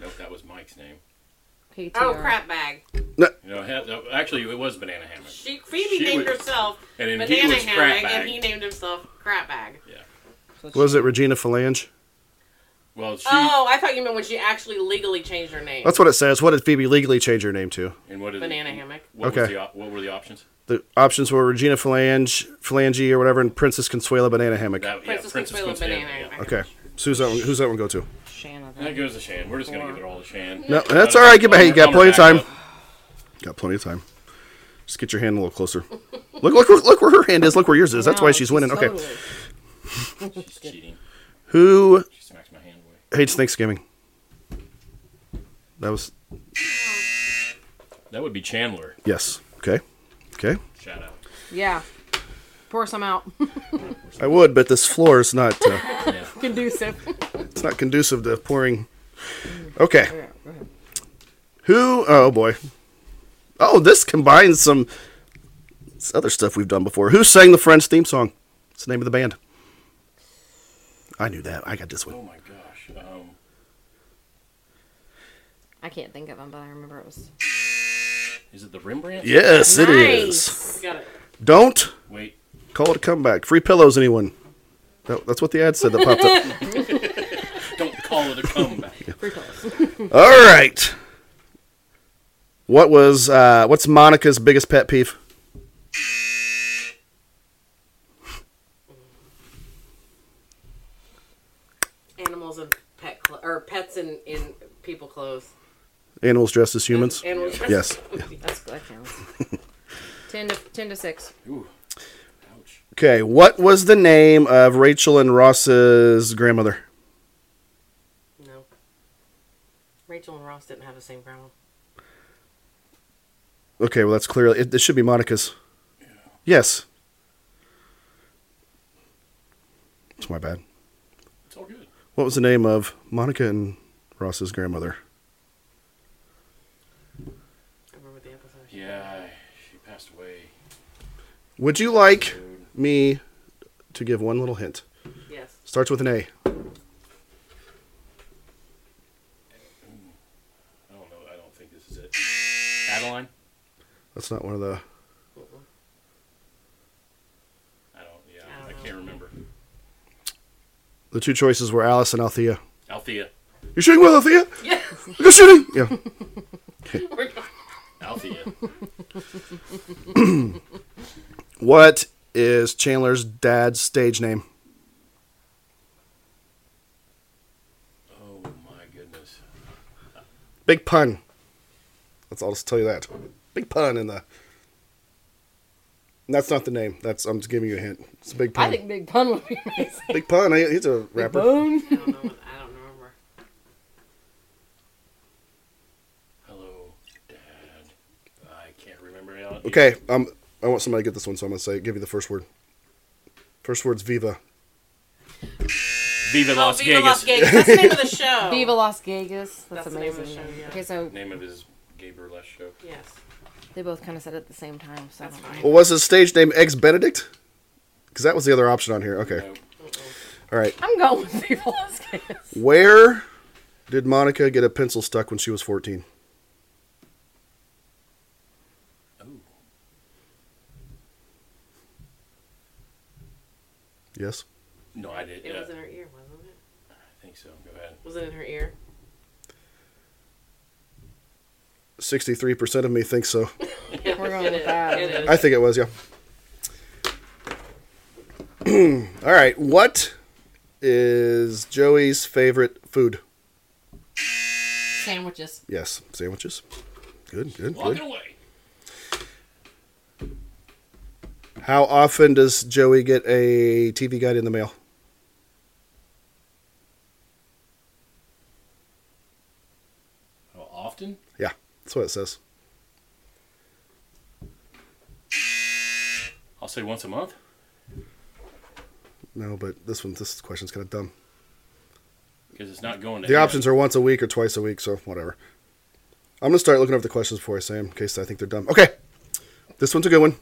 Speaker 5: Nope, that was Mike's name.
Speaker 8: Hey,
Speaker 7: Oh,
Speaker 8: Tara.
Speaker 7: crap bag.
Speaker 5: No, he- no, actually, it was Banana Hammock.
Speaker 7: She Phoebe
Speaker 5: She
Speaker 7: named
Speaker 5: was-
Speaker 7: herself
Speaker 5: And then he
Speaker 7: Banana
Speaker 5: was Crap
Speaker 7: Hammock,
Speaker 5: Bag.
Speaker 7: and he named himself Crap Bag.
Speaker 1: Was it Regina Phalange?
Speaker 5: well, she.
Speaker 7: Oh, I thought you meant when she actually legally changed her name.
Speaker 1: That's what it says. What did Phoebe legally change her name to?
Speaker 5: and what did
Speaker 7: Banana hammock.
Speaker 5: What, was
Speaker 1: Okay.
Speaker 5: the op- what were the options?
Speaker 1: The options were Regina Phalange, Phalange, or whatever, and Princess Consuela Banana Hammock.
Speaker 5: That,
Speaker 7: Princess Consuelo Banana Hammock.
Speaker 1: Okay, so who's that? One, who's that one go to?
Speaker 8: Shanna.
Speaker 5: That goes to Shan. We're just gonna give it all to Shan.
Speaker 1: No, that's all right. Get back. Hey, you got plenty of time. Got plenty of time. Just get your hand a little closer. Look, look, look, look where her hand is. Look where yours is. That's why she's winning. Okay.
Speaker 8: Totally.
Speaker 5: She's cheating.
Speaker 1: Who
Speaker 5: She smacks my hand away.
Speaker 1: hates Thanksgiving? That was
Speaker 5: That would be Chandler.
Speaker 1: yes. Okay. Okay.
Speaker 5: Shout out.
Speaker 8: Yeah. Pour
Speaker 1: <laughs>
Speaker 8: some out.
Speaker 1: I would, but this floor is not
Speaker 5: <laughs>
Speaker 1: uh,
Speaker 8: Conducive.
Speaker 1: it's not conducive to pouring. Okay. Who oh boy. Oh, this combines some this other stuff we've done before. Who sang the French theme song? It's the name of the band. I knew that. I got this
Speaker 5: Oh
Speaker 1: one.
Speaker 5: my gosh. Um,
Speaker 8: I can't think of them, but I remember it was.
Speaker 5: is it the Rembrandt?
Speaker 1: Yes, it is.
Speaker 8: Nice.
Speaker 7: You got it.
Speaker 1: Don't
Speaker 5: Wait.
Speaker 1: call it a comeback. Free pillows, anyone? That, that's what the ad said that popped up. <laughs>
Speaker 5: Don't call it a comeback.
Speaker 8: Free pillows.
Speaker 1: All right. What was uh, what's Monica's biggest pet peeve?
Speaker 7: Animals and pet clo- or pets in in people clothes.
Speaker 1: Animals dressed as humans.
Speaker 7: Animals.
Speaker 1: Yes.
Speaker 7: <laughs>
Speaker 8: That's good. That counts.
Speaker 1: <laughs>
Speaker 8: ten to ten to six.
Speaker 5: Ooh. Ouch.
Speaker 1: Okay. What was the name of Rachel and Ross's grandmother?
Speaker 7: No. Rachel and Ross didn't have the same grandma.
Speaker 1: Okay. Well, that's clearly it, it should be Monica's. Yes. It's my bad.
Speaker 5: It's all good.
Speaker 1: What was the name of Monica and Ross's grandmother?
Speaker 7: I remember the episode.
Speaker 5: Yeah. She passed away.
Speaker 1: Would you like me to give one little hint?
Speaker 7: Yes.
Speaker 1: Starts with an A.
Speaker 5: I don't know. I don't think this is it. Adeline.
Speaker 1: That's not one of the.
Speaker 5: I don't. Yeah.
Speaker 7: I
Speaker 5: I,
Speaker 7: don't know.
Speaker 5: can't remember.
Speaker 1: The two choices were Alice and Althea.
Speaker 5: Althea.
Speaker 1: You're shooting well, Althea?
Speaker 7: Yes.
Speaker 1: Go shooting! Yeah.
Speaker 5: Althea. <laughs>
Speaker 1: What is Chandler's dad's stage name?
Speaker 5: oh my goodness.
Speaker 1: Big pun. That's I'll just tell you that. Big pun in the. That's not the name. That's I'm just giving you a hint. It's a big pun.
Speaker 8: I think Big Pun would be nice.
Speaker 1: big pun. I- He's a rapper.
Speaker 8: Boom.
Speaker 7: I don't know. What, I don't <laughs> remember.
Speaker 5: Hello, Dad. I can't remember it. out.
Speaker 1: Okay. Um, I want somebody to get this one, so I'm gonna say give you the first word. First word's Viva.
Speaker 5: Viva Las
Speaker 6: oh, Viva Las
Speaker 5: Vegas.
Speaker 6: Vegas. That's the name of
Speaker 7: <laughs>
Speaker 6: the show.
Speaker 8: Viva Las Vegas. That's,
Speaker 7: Oh. That's the name of
Speaker 8: amazing.
Speaker 7: the show, yeah.
Speaker 8: Okay, so
Speaker 5: Name of his gay burlesque show.
Speaker 7: Yes.
Speaker 8: they both kind of said it at the same time. So I
Speaker 7: That's
Speaker 8: don't know.
Speaker 7: fine.
Speaker 1: Well, was his stage name Eggs Benedict? Because that was the other option on here. Okay.
Speaker 5: Nope.
Speaker 1: All right.
Speaker 8: I'm going with Viva Las
Speaker 7: <laughs>
Speaker 8: Vegas.
Speaker 1: Where did Monica get a pencil stuck when she was 14?
Speaker 5: Ooh.
Speaker 1: Yes.
Speaker 5: No, I did.
Speaker 7: It
Speaker 5: Yeah,
Speaker 7: was in her ear, wasn't it?
Speaker 5: I think so. Go ahead.
Speaker 7: Was it in her ear?
Speaker 1: 63% of me thinks
Speaker 7: <laughs>
Speaker 1: so.
Speaker 8: We're going
Speaker 7: It
Speaker 8: with
Speaker 7: is.
Speaker 8: that.
Speaker 7: It is.
Speaker 1: I think it was, yeah. <clears throat> All right. What is Joey's favorite food?
Speaker 8: Sandwiches.
Speaker 1: Yes, sandwiches. Good, good,
Speaker 5: Walking
Speaker 1: good.
Speaker 5: away.
Speaker 1: How often does Joey get a TV guide in the mail?
Speaker 5: How Oh, often?
Speaker 1: Yeah, that's what it says.
Speaker 5: I'll say once a month.
Speaker 1: No, but this one, this question's kind of dumb.
Speaker 5: Because it's not going to
Speaker 1: The options are once a week or twice a week, so whatever. I'm going to start looking over the questions before I say 'em, in case I think they're dumb. Okay, this one's a good one.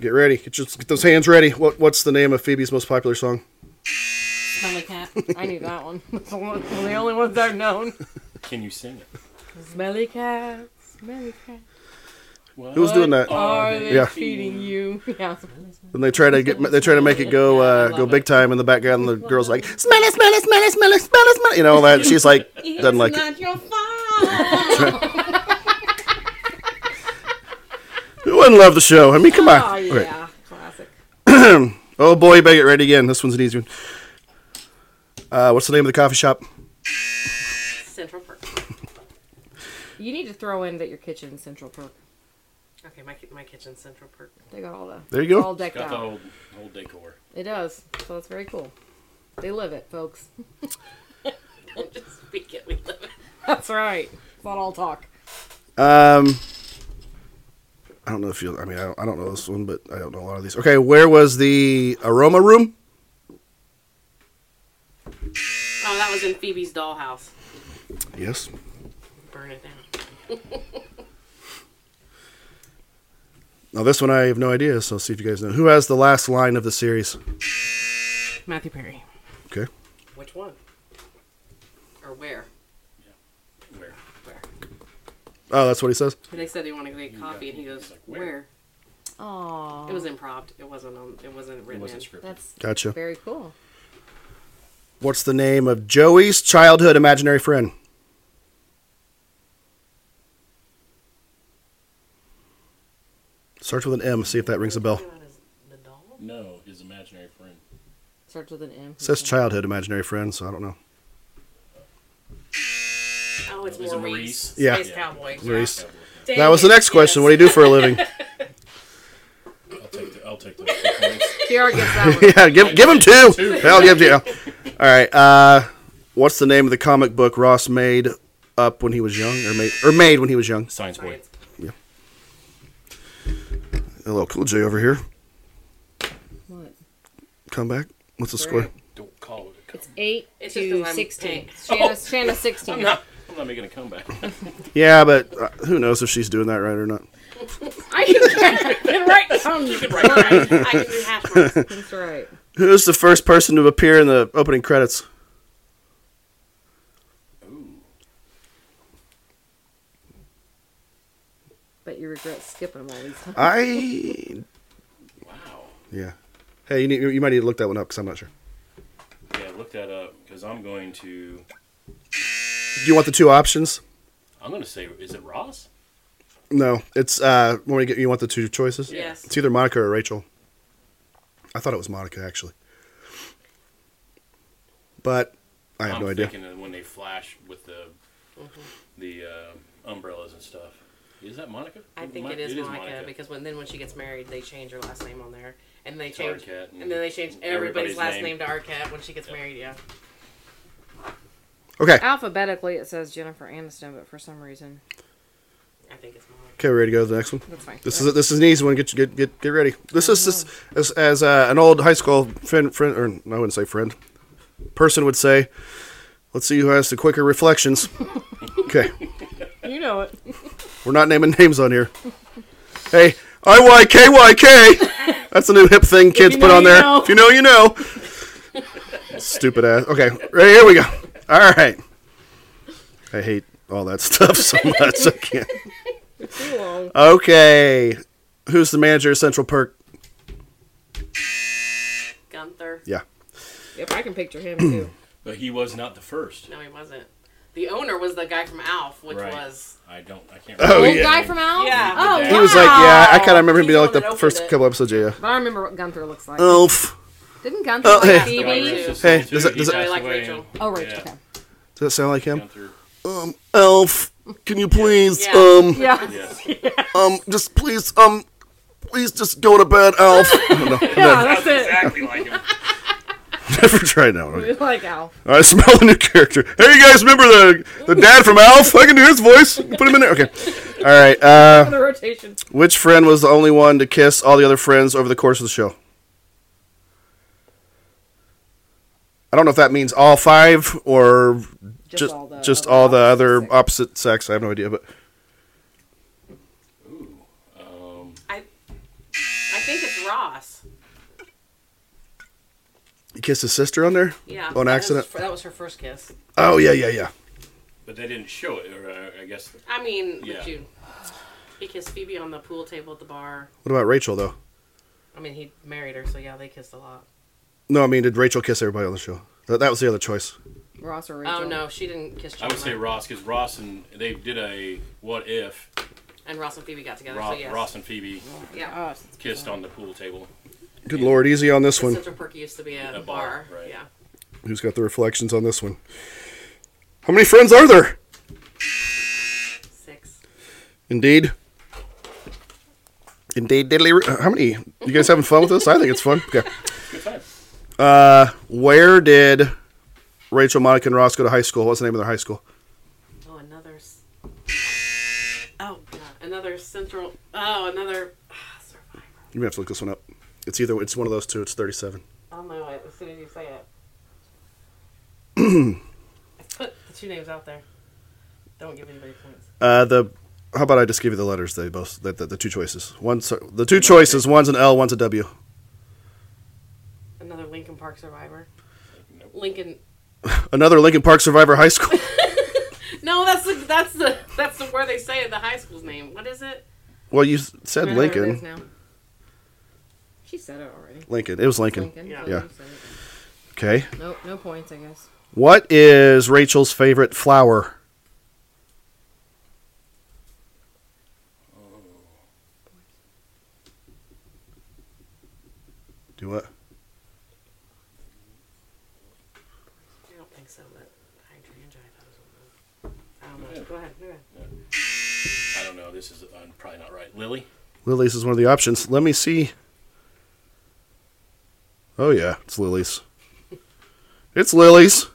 Speaker 1: Get ready. Get, your, get those hands ready. What What's the name of Phoebe's most popular song?
Speaker 8: Smelly cat. I knew that one. That's <laughs> the one- one of the only ones I've known.
Speaker 5: Can you sing it?
Speaker 8: Smelly cat. Smelly cat.
Speaker 5: What
Speaker 1: Who's doing that?
Speaker 5: are
Speaker 8: Are
Speaker 5: they-
Speaker 8: they
Speaker 1: Yeah.
Speaker 8: feeding you? Mm. <laughs> Yeah.
Speaker 1: And they try to get they try to make it go uh, go big time in the background. And the girl's like, smell it, smell it, smell it, smell it, smell it, smell it. You know all that. And she's like, doesn't like it.
Speaker 7: your fault.
Speaker 1: Who wouldn't love the show? I mean, come on.
Speaker 8: Oh
Speaker 1: Okay.
Speaker 8: yeah, classic.
Speaker 1: Oh boy, you better get ready again. This one's an easy one. Uh, what's the name of the coffee shop?
Speaker 7: Central Perk.
Speaker 8: You need to throw in that your kitchen's Central Perk.
Speaker 7: Okay, my ki- my kitchen Central Perk.
Speaker 8: They got all the.
Speaker 1: There you go.
Speaker 8: It's all decked
Speaker 5: Got the
Speaker 8: out.
Speaker 5: whole, whole decor.
Speaker 8: It does. So it's very cool. They live it, folks. <laughs>
Speaker 7: Don't just speak it. We live it.
Speaker 8: That's right. It's not all talk.
Speaker 1: Um, I don't know if you. I mean, I don't, I don't know this one, but I don't know a lot of these. Okay, where was the aroma room?
Speaker 7: Oh, that was in Phoebe's dollhouse.
Speaker 1: Yes.
Speaker 7: Burn it down.
Speaker 1: Now this one I have no idea. So see if you guys know who has the last line of the series.
Speaker 7: Matthew Perry.
Speaker 1: Okay.
Speaker 7: Which one? Or where?
Speaker 5: Where?
Speaker 7: Where?
Speaker 1: Oh, that's what he says.
Speaker 7: They said they want to get coffee, and he goes,
Speaker 5: like, "Where?"
Speaker 7: "Where?"
Speaker 8: Aww.
Speaker 7: It was improv. It wasn't on. It wasn't
Speaker 5: It
Speaker 7: written.
Speaker 5: wasn't
Speaker 7: in.
Speaker 5: scripted.
Speaker 8: That's
Speaker 1: Gotcha.
Speaker 8: very cool.
Speaker 1: What's the name of Joey's childhood imaginary friend? Starts with an M. See if that rings a bell.
Speaker 7: The doll?
Speaker 5: No, his imaginary friend.
Speaker 8: Starts with an M.
Speaker 1: says childhood imaginary friend, so I don't know.
Speaker 7: Oh, it's
Speaker 5: Is it
Speaker 7: Maurice.
Speaker 5: Maurice?
Speaker 1: Yeah.
Speaker 7: Space Cowboy.
Speaker 1: Maurice.
Speaker 7: Dang
Speaker 1: That was the
Speaker 7: it.
Speaker 1: next question. What do you do for a
Speaker 7: <laughs>
Speaker 1: living? <laughs>
Speaker 5: I'll take the, I'll take the points.
Speaker 8: Kiara gets that
Speaker 1: <laughs>
Speaker 8: one.
Speaker 1: yeah, give give him two. Hell, give him two. All right. Uh, what's the name of the comic book Ross made up when he was young, or made or made when he was young?
Speaker 5: <laughs> Science boy.
Speaker 7: Science.
Speaker 1: A little cool J over here.
Speaker 8: What?
Speaker 1: Come back. What's the
Speaker 8: Great.
Speaker 1: score?
Speaker 5: Don't call it. a comeback.
Speaker 8: Eight
Speaker 7: It's just eh.
Speaker 8: to
Speaker 7: 'cause I'm
Speaker 8: sixteen.
Speaker 7: pink.
Speaker 8: Shanna, Shanna sixteen.
Speaker 5: I'm not. I'm not making a comeback. <laughs>
Speaker 1: Yeah, but uh, who knows if she's doing that right or not?
Speaker 8: I <laughs> can get right down.
Speaker 7: You could write that. I can do hash marks.
Speaker 8: That's right.
Speaker 1: Who's the first person to appear in the opening credits?
Speaker 5: Ooh.
Speaker 8: But you regret skipping them all these times.
Speaker 1: I.
Speaker 5: Wow.
Speaker 1: Yeah. Hey, you need, you might need to look that one up because I'm not sure.
Speaker 5: Yeah, look that up because I'm going to.
Speaker 1: Do you want the two options?
Speaker 5: I'm going to say, is it Ross?
Speaker 1: No, it's uh. When we get, you want the two choices?
Speaker 7: Yes.
Speaker 1: It's either Monica or Rachel. I thought it was Monica actually, but I have
Speaker 5: am
Speaker 1: no idea.
Speaker 5: thinking of when they flash with the
Speaker 7: Mm-hmm.
Speaker 5: the uh, umbrellas and stuff. Is that Monica?
Speaker 7: I think
Speaker 5: Mon-
Speaker 7: it is, Monica, because when then when she gets married, they change her last name on there, and they
Speaker 5: It's
Speaker 7: change
Speaker 5: Arquette
Speaker 7: and,
Speaker 5: and
Speaker 7: then they change everybody's,
Speaker 5: everybody's
Speaker 7: last name.
Speaker 5: name.
Speaker 7: to Arquette when she gets married. Yeah.
Speaker 1: Okay,
Speaker 8: Alphabetically, it says Jennifer Aniston, but for some reason,
Speaker 7: I think it's mom.
Speaker 1: Okay, ready to go to the next one.
Speaker 8: That's fine.
Speaker 1: This is this is an easy one. Get get get get ready. This is this as as uh, an old high school friend friend or I wouldn't say friend person would say. Let's see who has the quicker
Speaker 8: <laughs>
Speaker 1: reflections. okay,
Speaker 8: you know it.
Speaker 1: we're not naming <laughs> names on here. Hey, I Y K Y K. That's a new hip thing kids
Speaker 8: you
Speaker 1: put
Speaker 8: know,
Speaker 1: on
Speaker 8: you
Speaker 1: there.
Speaker 8: know.
Speaker 1: If you know, you know. Stupid ass. Okay, right, here we go. All right. I hate all that <laughs> stuff so much. I can't.
Speaker 8: Too long.
Speaker 1: Okay. Who's the manager of Central Perk?
Speaker 7: Gunther.
Speaker 1: Yeah.
Speaker 8: If I can picture him too.
Speaker 5: But he was not the first.
Speaker 7: No, he wasn't. The owner was the guy from Alf, which
Speaker 5: Right.
Speaker 7: was
Speaker 5: I don't. I can't.
Speaker 1: Oh, Old
Speaker 5: remember his
Speaker 1: yeah.
Speaker 5: name.
Speaker 6: guy from Al?
Speaker 7: Yeah.
Speaker 6: Oh,
Speaker 5: He
Speaker 1: He was like, yeah, I kind of remember him
Speaker 7: He's
Speaker 1: being
Speaker 7: the
Speaker 1: like
Speaker 7: one that
Speaker 1: the
Speaker 7: opened
Speaker 1: first
Speaker 7: it.
Speaker 1: couple episodes. Yeah.
Speaker 8: But I remember what Gunther looks like.
Speaker 1: Elf.
Speaker 8: Didn't Gunther
Speaker 1: Oh,
Speaker 8: like
Speaker 1: hey.
Speaker 8: Phoebe?
Speaker 7: Gunther.
Speaker 1: Hey,
Speaker 5: Too,
Speaker 1: does that-
Speaker 5: he
Speaker 1: does that-
Speaker 5: passed
Speaker 7: I like
Speaker 5: away
Speaker 7: Rachel.
Speaker 5: in-
Speaker 8: Oh, Rachel.
Speaker 5: Yeah.
Speaker 8: Okay.
Speaker 1: Does that sound like him?
Speaker 5: Gunther.
Speaker 1: Um, Elf. Can you please,
Speaker 7: Yeah.
Speaker 1: um,
Speaker 7: <laughs>
Speaker 8: Yeah.
Speaker 5: Yes.
Speaker 1: um, just please, um, please just go to bed, Elf. no,
Speaker 8: Yeah, that's it. <laughs>
Speaker 5: Exactly like him.
Speaker 1: <laughs> never try that one.
Speaker 8: like Al.
Speaker 1: I smell a new character. Hey, you guys remember the the dad from Alf? I can do his voice. Put him in there. Okay. All right. Uh,
Speaker 8: <laughs> The rotation.
Speaker 1: which friend was the only one to kiss all the other friends over the course of the show? I don't know if that means all five or
Speaker 8: Just,
Speaker 1: just just
Speaker 8: all the
Speaker 1: all the other
Speaker 8: opposite
Speaker 1: opposite sex. I have no idea, but
Speaker 5: Um,
Speaker 7: I think it's Ross.
Speaker 1: you kissed his sister on there
Speaker 7: Yeah.
Speaker 1: on Oh, accident.
Speaker 7: That was, that was her first kiss.
Speaker 1: Oh yeah, yeah, yeah.
Speaker 5: but they didn't show it, or uh, I guess.
Speaker 7: I mean,
Speaker 5: Yeah.
Speaker 7: but you. He kissed Phoebe on the pool table at the bar.
Speaker 1: What about Rachel though?
Speaker 7: I mean, he married her, so yeah, they kissed a lot.
Speaker 1: No, I mean, did Rachel kiss everybody on the show? That, that was the other choice.
Speaker 8: Ross or Rachel.
Speaker 7: Oh no, she didn't kiss.
Speaker 5: I would say
Speaker 7: Chandler.
Speaker 5: Ross because Ross and they did a what if
Speaker 7: And Ross and Phoebe got together.
Speaker 5: Ross,
Speaker 7: so yes.
Speaker 5: Ross and Phoebe
Speaker 7: Yeah.
Speaker 8: Oh,
Speaker 5: kissed on the pool table.
Speaker 1: Good lord, easy on this one.
Speaker 7: Central Perk used to be a,
Speaker 5: A
Speaker 7: bar.
Speaker 5: bar, right.
Speaker 7: Yeah.
Speaker 1: Who's got the reflections on this one? How many friends are there?
Speaker 7: Six.
Speaker 1: Indeed. Indeed, diddly. uh, How many? You guys having fun with this? I think it's fun. Okay.
Speaker 5: Good time.
Speaker 1: Uh, where did Rachel, Monica, and Ross go to high school? What's the name of their high school?
Speaker 7: Oh, another. s- Oh, God. another Central. Oh, another. ah, Survivor.
Speaker 1: You may have to look this one up. It's either it's one of those two. It's thirty-seven.
Speaker 7: I'll know it as soon as you say
Speaker 1: <clears throat>
Speaker 7: it. I put the two names out there. Don't give anybody points.
Speaker 1: Uh, the how about I just give you the letters? They both the, the, the two choices. One's the two choices. One's an L. One's a W.
Speaker 7: Another Lincoln Park survivor. Lincoln.
Speaker 1: Another Lincoln Park Survivor High School. <laughs>
Speaker 7: No, that's the that's the that's the where they say the high school's name. What is it?
Speaker 1: well, you s- said
Speaker 8: I don't know what it is
Speaker 1: Lincoln.
Speaker 8: now. She said it already.
Speaker 1: Lincoln. It was Lincoln.
Speaker 8: Lincoln.
Speaker 7: Yeah.
Speaker 1: Yeah.
Speaker 8: you said it.
Speaker 1: Okay.
Speaker 8: No, no points, I guess.
Speaker 1: What is Rachel's favorite flower? Do what?
Speaker 7: I don't think so, but hydrangea. I thought it was one of those. I don't know. Go ahead. Go ahead.
Speaker 5: I don't know. This is I'm probably not right. Lily.
Speaker 1: Lily's is one of the options. Let me see. Oh yeah, it's Lily's. It's Lily's.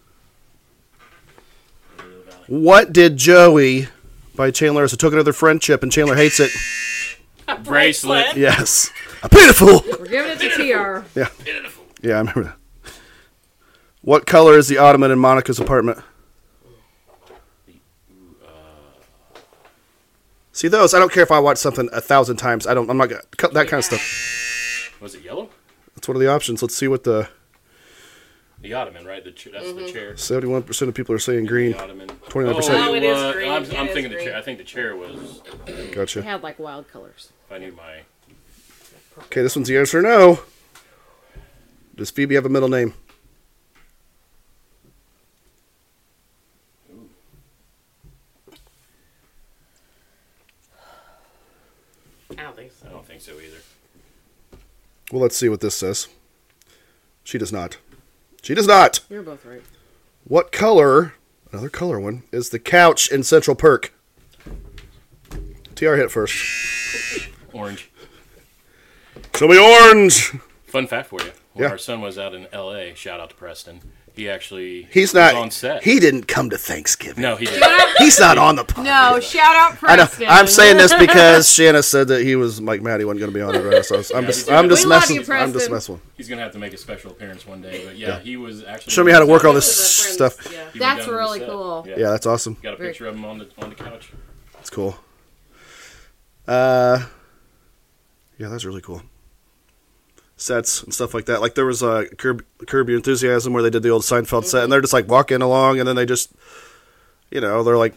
Speaker 5: Lily of the Valley.
Speaker 1: What did Joey by Chandler as a token of their friendship and Chandler hates it?
Speaker 5: Bracelet.
Speaker 1: Yes. A pitiful.
Speaker 8: We're giving it
Speaker 1: <laughs>
Speaker 8: to TR.
Speaker 1: Yeah, I remember that. What color is the ottoman in Monica's apartment? See those? I don't care if I watch something a thousand times. I don't. I'm not gonna cut that kind of stuff.
Speaker 5: Was it yellow?
Speaker 1: That's one of the options. Let's see what the
Speaker 5: The ottoman, right? The ch- that's
Speaker 7: Mm-hmm.
Speaker 5: the chair.
Speaker 1: 71 percent of people are saying green.
Speaker 5: The ottoman.
Speaker 1: 29%.
Speaker 5: Oh,
Speaker 7: Oh, it is green.
Speaker 5: I'm,
Speaker 7: It
Speaker 5: I'm
Speaker 7: is
Speaker 5: thinking the
Speaker 7: green.
Speaker 5: chair. I think the chair was.
Speaker 8: They
Speaker 5: If
Speaker 1: Gotcha.
Speaker 8: had like wild colors.
Speaker 5: I knew my.
Speaker 1: Okay, this one's yes or no. Does Phoebe have a middle name?
Speaker 7: I don't think so.
Speaker 5: I don't think so either.
Speaker 1: Well, let's see what this says. She does not. She does not.
Speaker 8: You're both right.
Speaker 1: What color? Another color one is the couch in Central Perk. TR hit first.
Speaker 5: Orange.
Speaker 1: Show me orange.
Speaker 5: Fun fact for you. When
Speaker 1: Yeah.
Speaker 5: our son was out in L.A., shout out to Preston. He He actually
Speaker 1: He's
Speaker 5: was
Speaker 1: not
Speaker 5: on set.
Speaker 1: He didn't come to Thanksgiving.
Speaker 5: no, he didn't.
Speaker 1: He's not on the podcast.
Speaker 3: Oh,
Speaker 6: No, shout out
Speaker 1: I know.
Speaker 6: Preston.
Speaker 1: I'm saying this
Speaker 8: <laughs>
Speaker 1: because Shanna said that he was Mike Maddie wasn't going to be on the right. So I was- I'm just, I'm just
Speaker 8: We love
Speaker 1: messing.
Speaker 8: you,
Speaker 1: I'm just
Speaker 8: Preston.
Speaker 1: messing. with him.
Speaker 5: He's gonna have to make a special appearance one day. But yeah, he was actually.
Speaker 1: Show me how to work all this
Speaker 7: Friends,
Speaker 1: stuff.
Speaker 7: Yeah.
Speaker 5: He was
Speaker 8: That's
Speaker 5: down on the
Speaker 8: really
Speaker 5: set.
Speaker 7: <laughs>
Speaker 8: cool.
Speaker 5: Yeah.
Speaker 1: Yeah, that's awesome.
Speaker 5: got a picture of him on the on the couch.
Speaker 1: That's cool. Uh, yeah, that's really cool. Sets and stuff like that. Like there was a Curb, Curb Your Enthusiasm where they did the old Seinfeld set,
Speaker 8: Mm-hmm.
Speaker 1: and they're just like walking along, and then they just, you know, they're like,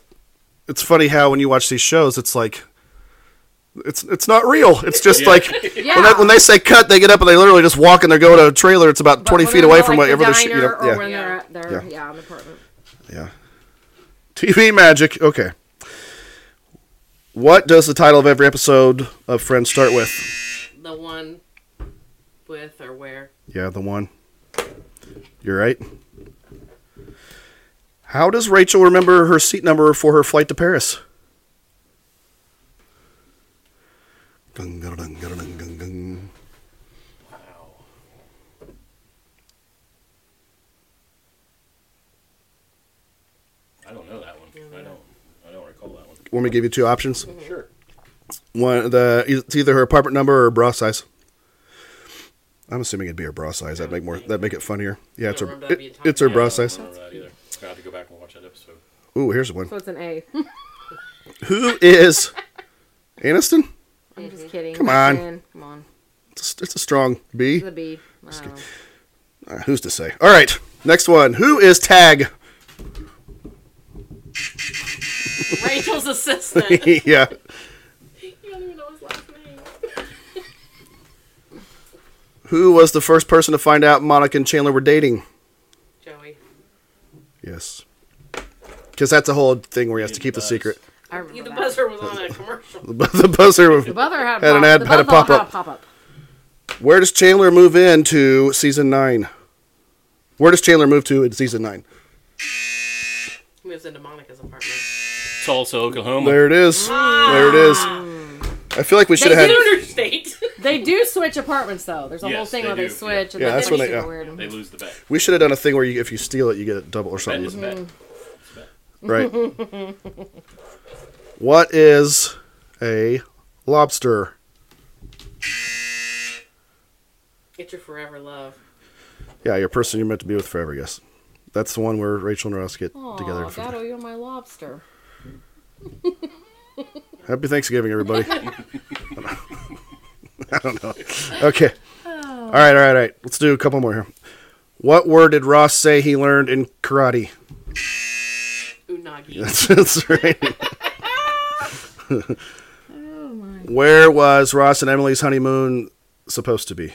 Speaker 1: it's funny how when you watch these shows, it's like, it's it's not real. It's just
Speaker 5: Yeah.
Speaker 1: like
Speaker 8: Yeah.
Speaker 1: when, they, when they say cut, they get up and they literally just walk and they go to a trailer. It's about
Speaker 8: But
Speaker 1: twenty
Speaker 8: when
Speaker 1: feet
Speaker 8: they're
Speaker 1: away
Speaker 8: at,
Speaker 1: from
Speaker 8: like, the
Speaker 1: whatever the sh-
Speaker 8: diner
Speaker 1: you know,
Speaker 8: or
Speaker 1: yeah.
Speaker 8: when they're at their,
Speaker 1: Yeah.
Speaker 8: yeah. in the apartment.
Speaker 1: Yeah. TV magic. Okay. What does the title of every episode of Friends start with?
Speaker 7: The one with or where?
Speaker 1: Yeah, the one. You're right. How does Rachel remember her seat number for her flight to Paris? Gung, gung, gung, gung, gung, gung, gung.
Speaker 5: I don't know that one. I don't. I don't recall that one.
Speaker 1: Want me to give you two options?
Speaker 5: Sure.
Speaker 1: One, the it's either her apartment number or bra size. I'm assuming it'd be her bra size. That'd make more. That'd make it funnier. Yeah, it's her.
Speaker 7: remember that'd be
Speaker 1: It,
Speaker 7: a time.
Speaker 1: it's her
Speaker 5: Yeah,
Speaker 1: bra
Speaker 5: I don't
Speaker 1: size.
Speaker 5: remember that either. I have to go back and watch that episode.
Speaker 1: Ooh, here's one.
Speaker 8: So it's an
Speaker 1: <laughs>
Speaker 8: A.
Speaker 1: Who is Aniston?
Speaker 8: I'm just kidding.
Speaker 1: Come on.
Speaker 8: Man, Come on.
Speaker 1: It's a, it's a strong B.
Speaker 8: It's a B. I don't know.
Speaker 1: Uh, who's to say? All right, next one. Who is Tag? <laughs>
Speaker 7: Rachel's assistant.
Speaker 1: yeah.
Speaker 7: you don't even know his last name.
Speaker 1: Who was the first person to find out Monica and Chandler were dating?
Speaker 7: Joey.
Speaker 1: Yes. Because that's a whole thing where he has to
Speaker 5: Didn't
Speaker 1: keep the
Speaker 5: buzz.
Speaker 1: secret.
Speaker 8: I remember
Speaker 7: The
Speaker 8: that.
Speaker 7: buzzer was on a commercial.
Speaker 1: The bu- the buzzer.
Speaker 8: The buzzer had,
Speaker 1: Had an
Speaker 8: pop,
Speaker 1: ad-
Speaker 8: the
Speaker 1: had a
Speaker 8: buzzer
Speaker 1: pop-up.
Speaker 8: Had a pop-up.
Speaker 1: Where does Chandler move into season nine? Where does Chandler move to in season nine?
Speaker 7: <laughs> Moves into Monica's apartment. <laughs>
Speaker 5: Tulsa, Oklahoma.
Speaker 1: There it is. There it is. I feel like we should have had.
Speaker 7: Interstate.
Speaker 8: They do switch apartments though. There's a whole
Speaker 5: Yes,
Speaker 8: thing
Speaker 5: they
Speaker 8: where they
Speaker 5: do, yeah.
Speaker 8: switch. and
Speaker 1: Yeah,
Speaker 8: then
Speaker 1: that's
Speaker 8: they're
Speaker 1: when they-
Speaker 8: super
Speaker 1: yeah.
Speaker 8: weird.
Speaker 5: They lose the bet.
Speaker 1: We should have done a thing where you, if you steal it, you get it double or
Speaker 5: Bet is
Speaker 1: something.
Speaker 5: a bet.
Speaker 7: Mm-hmm.
Speaker 1: Right. what is a lobster?
Speaker 7: Get your forever love.
Speaker 1: Yeah, your person you're meant to be with forever. Yes, that's the one where Rachel and Ross get
Speaker 8: Aw,
Speaker 1: together. For
Speaker 8: Dado, you're my lobster.
Speaker 1: Happy Thanksgiving, everybody. <laughs> I don't know. Okay. All right, all right, all right. Let's do a couple more here. What word did Ross say he learned in karate?
Speaker 7: Unagi.
Speaker 1: That's, that's right. Where was Ross and Emily's honeymoon supposed to be?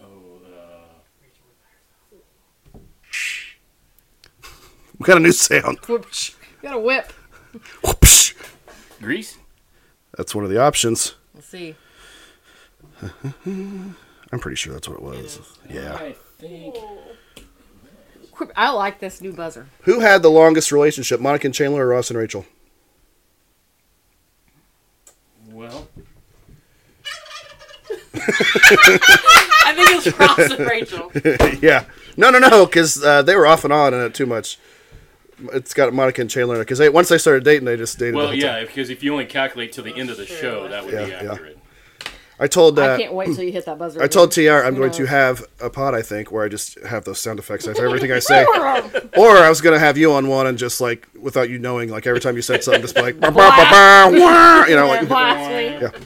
Speaker 5: Oh, uh,
Speaker 1: We got a new sound.
Speaker 8: Whoopsh. You got a whip.
Speaker 1: Whoopsh.
Speaker 5: Greece.
Speaker 1: That's one of the options.
Speaker 8: Let's see.
Speaker 1: I'm pretty sure that's what it was. Yeah.
Speaker 5: I think.
Speaker 8: Quip- I like this new buzzer.
Speaker 1: Who had the longest relationship, Monica and Chandler or Ross and Rachel?
Speaker 5: Well,
Speaker 7: I think it was Ross and Rachel.
Speaker 1: yeah. No, no, no, because uh, they were off and on in it too much. It's got Monica and Chandler because they once they started dating, they just dated. the
Speaker 5: well,
Speaker 1: whole
Speaker 5: yeah.
Speaker 1: time.
Speaker 5: Because if you only calculate till the end of the show, that would be
Speaker 1: Yeah, yeah.
Speaker 5: accurate.
Speaker 1: I told uh,
Speaker 8: I can't wait till you hit that buzzer.
Speaker 1: I told Tr I'm going to have a pod, I think, where I just have those sound effects after
Speaker 8: <laughs>
Speaker 1: everything I say, or I was going to have you on one and just like without you knowing, like every time you said something, just be like, bah, bah, bah, bah, wah, you know, <laughs> like. bah,
Speaker 8: Lastly.